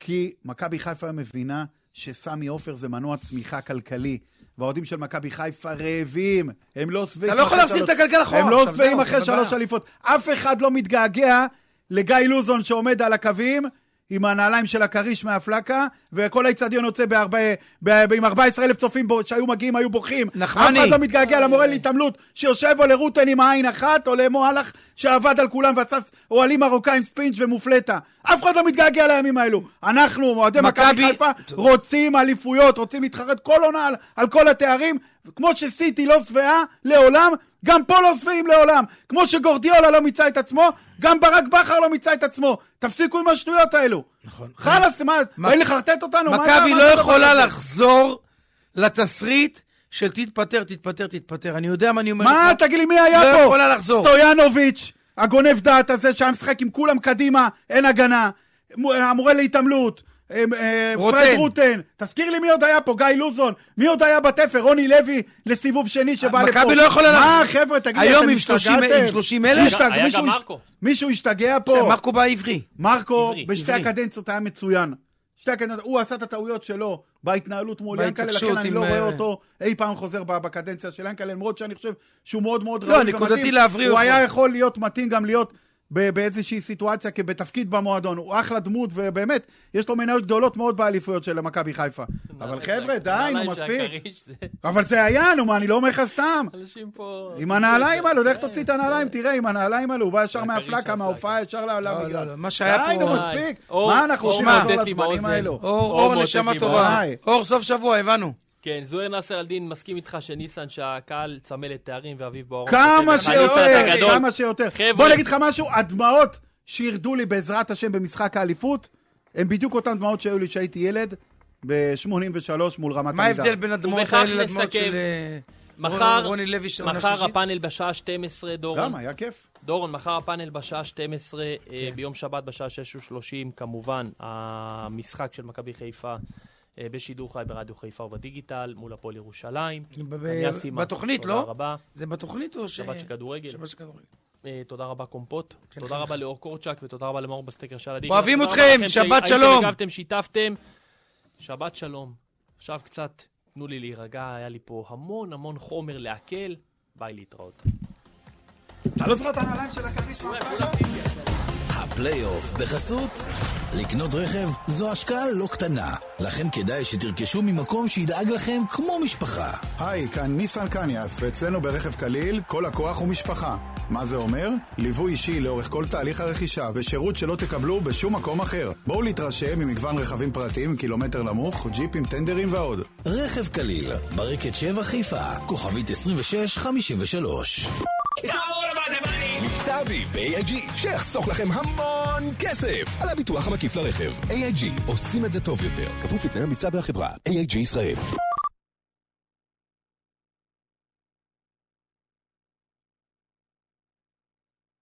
Speaker 3: כי מכבי חיפה היום מבינה שסמי עופר זה מנוע צמיחה כלכלי. והאוהדים של מכבי חיפה רעבים, הם לא שבעים.
Speaker 2: אתה לא יכול
Speaker 3: אחרי
Speaker 2: להחזיר את
Speaker 3: שלוש-
Speaker 2: הגלגל אחורה,
Speaker 3: הם לא
Speaker 2: עכשיו
Speaker 3: שבעים
Speaker 2: זהו,
Speaker 3: אחרי
Speaker 2: זה
Speaker 3: שלוש
Speaker 2: בעיה.
Speaker 3: אליפות. אף אחד לא מתגעגע לגיא לוזון שעומד על הקווים עם הנעליים של הכריש מהפלקה, וכל האיצטדיון יוצא בארבע, ב- עם 14 אלף צופים בו, שהיו מגיעים, היו בוכים.
Speaker 2: נחמני.
Speaker 3: אף אחד לא מתגעגע למורה להתעמלות שיושב או לרוטן עם עין אחת, או למוהלך שעבד על כולם ועשה אוהלים מרוקאים ספינץ' ומופלטה. אף אחד לא מתגעגע לימים האלו. אנחנו, אוהדי מכבי
Speaker 2: מכבי-
Speaker 3: חיפה, רוצים אליפויות, רוצים להתחרט כל עונה על, על כל התארים, כמו שסיטי לא שבעה לעולם, גם פה לא שבעים לעולם. כמו שגורדיאלה לא מיצה את עצמו, גם ברק בכר לא מיצה את עצמו. תפסיקו עם השטויות האלו. נכון. חלאס, מה, באים לחרטט אותנו? מה אתה-
Speaker 2: מכבי
Speaker 3: מה
Speaker 2: לא
Speaker 3: אתה דבר
Speaker 2: יכולה
Speaker 3: הזה?
Speaker 2: לחזור לתסריט של תתפטר, תתפטר, תתפטר. אני יודע מה אני אומר
Speaker 3: מה,
Speaker 2: לך.
Speaker 3: תגיד לי, מי היה
Speaker 2: לא
Speaker 3: פה?
Speaker 2: יכולה לחזור.
Speaker 3: סטויאנוביץ', הגונב דעת הזה שהיה משחק עם כולם קדימה, אין הגנה. מו- המורה להתעמלות. אה, אה,
Speaker 2: רוטן.
Speaker 3: פרד רוטן, תזכיר לי מי עוד היה פה, גיא לוזון, מי עוד היה בתפר, רוני לוי לסיבוב שני שבא לפה.
Speaker 2: מכבי לא יכולה
Speaker 3: מה,
Speaker 2: לחזור.
Speaker 3: חבר'ה, תגידו,
Speaker 2: היום
Speaker 3: אתם
Speaker 2: עם 30
Speaker 3: השתגעתם?
Speaker 2: עם 30 אלף?
Speaker 3: השתג-
Speaker 1: היה גם
Speaker 3: מישהו-
Speaker 1: מרקו.
Speaker 3: מישהו השתגע
Speaker 2: זה
Speaker 3: פה.
Speaker 2: מרקו בא עברי.
Speaker 3: מרקו,
Speaker 1: עברי,
Speaker 3: בשתי
Speaker 2: עברי.
Speaker 3: הקדנציות היה מצוין. שתי הקדנציות, הוא עשה את הטעויות שלו בהתנהלות מול ינקלה,
Speaker 2: בהתעקשות
Speaker 3: לכן אני
Speaker 2: עם,
Speaker 3: לא רואה
Speaker 2: אה,
Speaker 3: אותו אי פעם חוזר ב- בקדנציה של ינקלה, למרות שאני חושב שהוא מאוד מאוד
Speaker 2: לא,
Speaker 3: ראוי
Speaker 2: נקודתי להבריא
Speaker 3: הוא
Speaker 2: אותו.
Speaker 3: היה יכול להיות מתאים גם להיות ב- באיזושהי סיטואציה, כי בתפקיד במועדון, הוא אחלה דמות, ובאמת, יש לו מניות גדולות מאוד באליפויות של מכבי חיפה. אבל חבר'ה, די, נו,
Speaker 1: נעליים של
Speaker 3: מספיק.
Speaker 1: הכריש, זה-
Speaker 3: אבל זה היה, נו, מה, אני לא אומר לך סתם.
Speaker 1: אנשים פה...
Speaker 3: עם
Speaker 2: כן,
Speaker 3: הנעליים האלו, לך תוציא את הנעליים, תראה, עם הנעליים האלו, הוא בא ישר מהפלקה, מההופעה, ישר ל- למגרש.
Speaker 2: לא, מה שהיה פה-
Speaker 3: די, נו,
Speaker 1: די.
Speaker 3: מספיק.
Speaker 1: אור-
Speaker 3: מה אנחנו
Speaker 1: אור
Speaker 3: עושים
Speaker 1: מעודד
Speaker 3: לעזור
Speaker 1: לי
Speaker 3: לזמנים
Speaker 1: באוזן.
Speaker 3: האלו?
Speaker 2: אור,
Speaker 1: אור
Speaker 2: אור,
Speaker 1: מוטי
Speaker 2: נשמה
Speaker 1: טיבו.
Speaker 2: טובה.
Speaker 3: די.
Speaker 2: אור, סוף שבוע, הבנו.
Speaker 1: כן, זוהיר נאסר אלדין מסכים איתך שניסן, שהקהל צמא לתארים ואביב בוארון.
Speaker 3: כמה
Speaker 1: כותב לך, "ניסן, אתה
Speaker 3: שיותר,
Speaker 1: גדול".
Speaker 3: כמה שיותר.
Speaker 1: חבר'ה.
Speaker 3: בוא נגיד לך משהו, הדמעות שירדו לי בעזרת השם במשחק האליפות, הן בדיוק אותן דמעות שהיו לי כשהייתי ילד, ב-83 מול רמת
Speaker 2: מה ההבדל בין הדמעות
Speaker 1: ובכך
Speaker 2: האלה לדמעות
Speaker 1: נסכם.
Speaker 2: של אה,
Speaker 1: מחר,
Speaker 2: רוני לוי של עונה
Speaker 1: מחר
Speaker 2: שלישית?
Speaker 1: הפאנל בשעה 12, דורון.
Speaker 3: גם, היה כיף.
Speaker 1: דורון, מחר הפאנל בשעה 12, אה,
Speaker 3: כן.
Speaker 1: ביום שבת בשעה 6:30, כמובן, המשחק של מכבי חיפה אה, בשידור חי ברדיו חיפה ובדיגיטל, מול הפועל ירושלים.
Speaker 2: ב- ב-
Speaker 1: אני אסי מק,
Speaker 2: בתוכנית,
Speaker 1: תודה
Speaker 2: לא?
Speaker 1: רבה.
Speaker 2: זה בתוכנית או ש...
Speaker 1: שבת של כדורגל.
Speaker 2: שבת של כדורגל.
Speaker 1: אה, תודה רבה קומפוט,
Speaker 2: כן,
Speaker 1: תודה
Speaker 2: כן.
Speaker 1: רבה לאור קורצ'אק ותודה רבה למאור בסטקר של הדיגר.
Speaker 2: אוהבים
Speaker 1: תודה רבה
Speaker 2: אתכם,
Speaker 1: לכם שהייתם,
Speaker 2: שבת שלום.
Speaker 1: הגבתם, שיתפתם. שבת שלום. עכשיו קצת, תנו לי להירגע, היה לי פה המון המון חומר לעכל. ביי להתראות.
Speaker 3: אתה לא זוכר את הנעליים של הכריש? מה אתה עושה?
Speaker 4: הפלייאוף בחסות? לקנות רכב זו השקעה לא קטנה, לכן כדאי שתרכשו ממקום שידאג לכם כמו משפחה.
Speaker 5: היי, כאן ניסן קניאס, ואצלנו ברכב קליל כל לקוח הוא משפחה. מה זה אומר? ליווי אישי לאורך כל תהליך הרכישה, ושירות שלא תקבלו בשום מקום אחר. בואו להתרשם ממגוון רכבים פרטיים, קילומטר נמוך, ג'יפים, טנדרים ועוד.
Speaker 4: רכב קליל, ברקת 7 חיפה, כוכבית 2653
Speaker 6: מבצע אביב ב-AIG, שיחסוך לכם המון כסף על הביטוח המקיף לרכב. AIG, עושים את זה טוב יותר. כפוף לתנאי המבצע והחברה. AIG ישראל.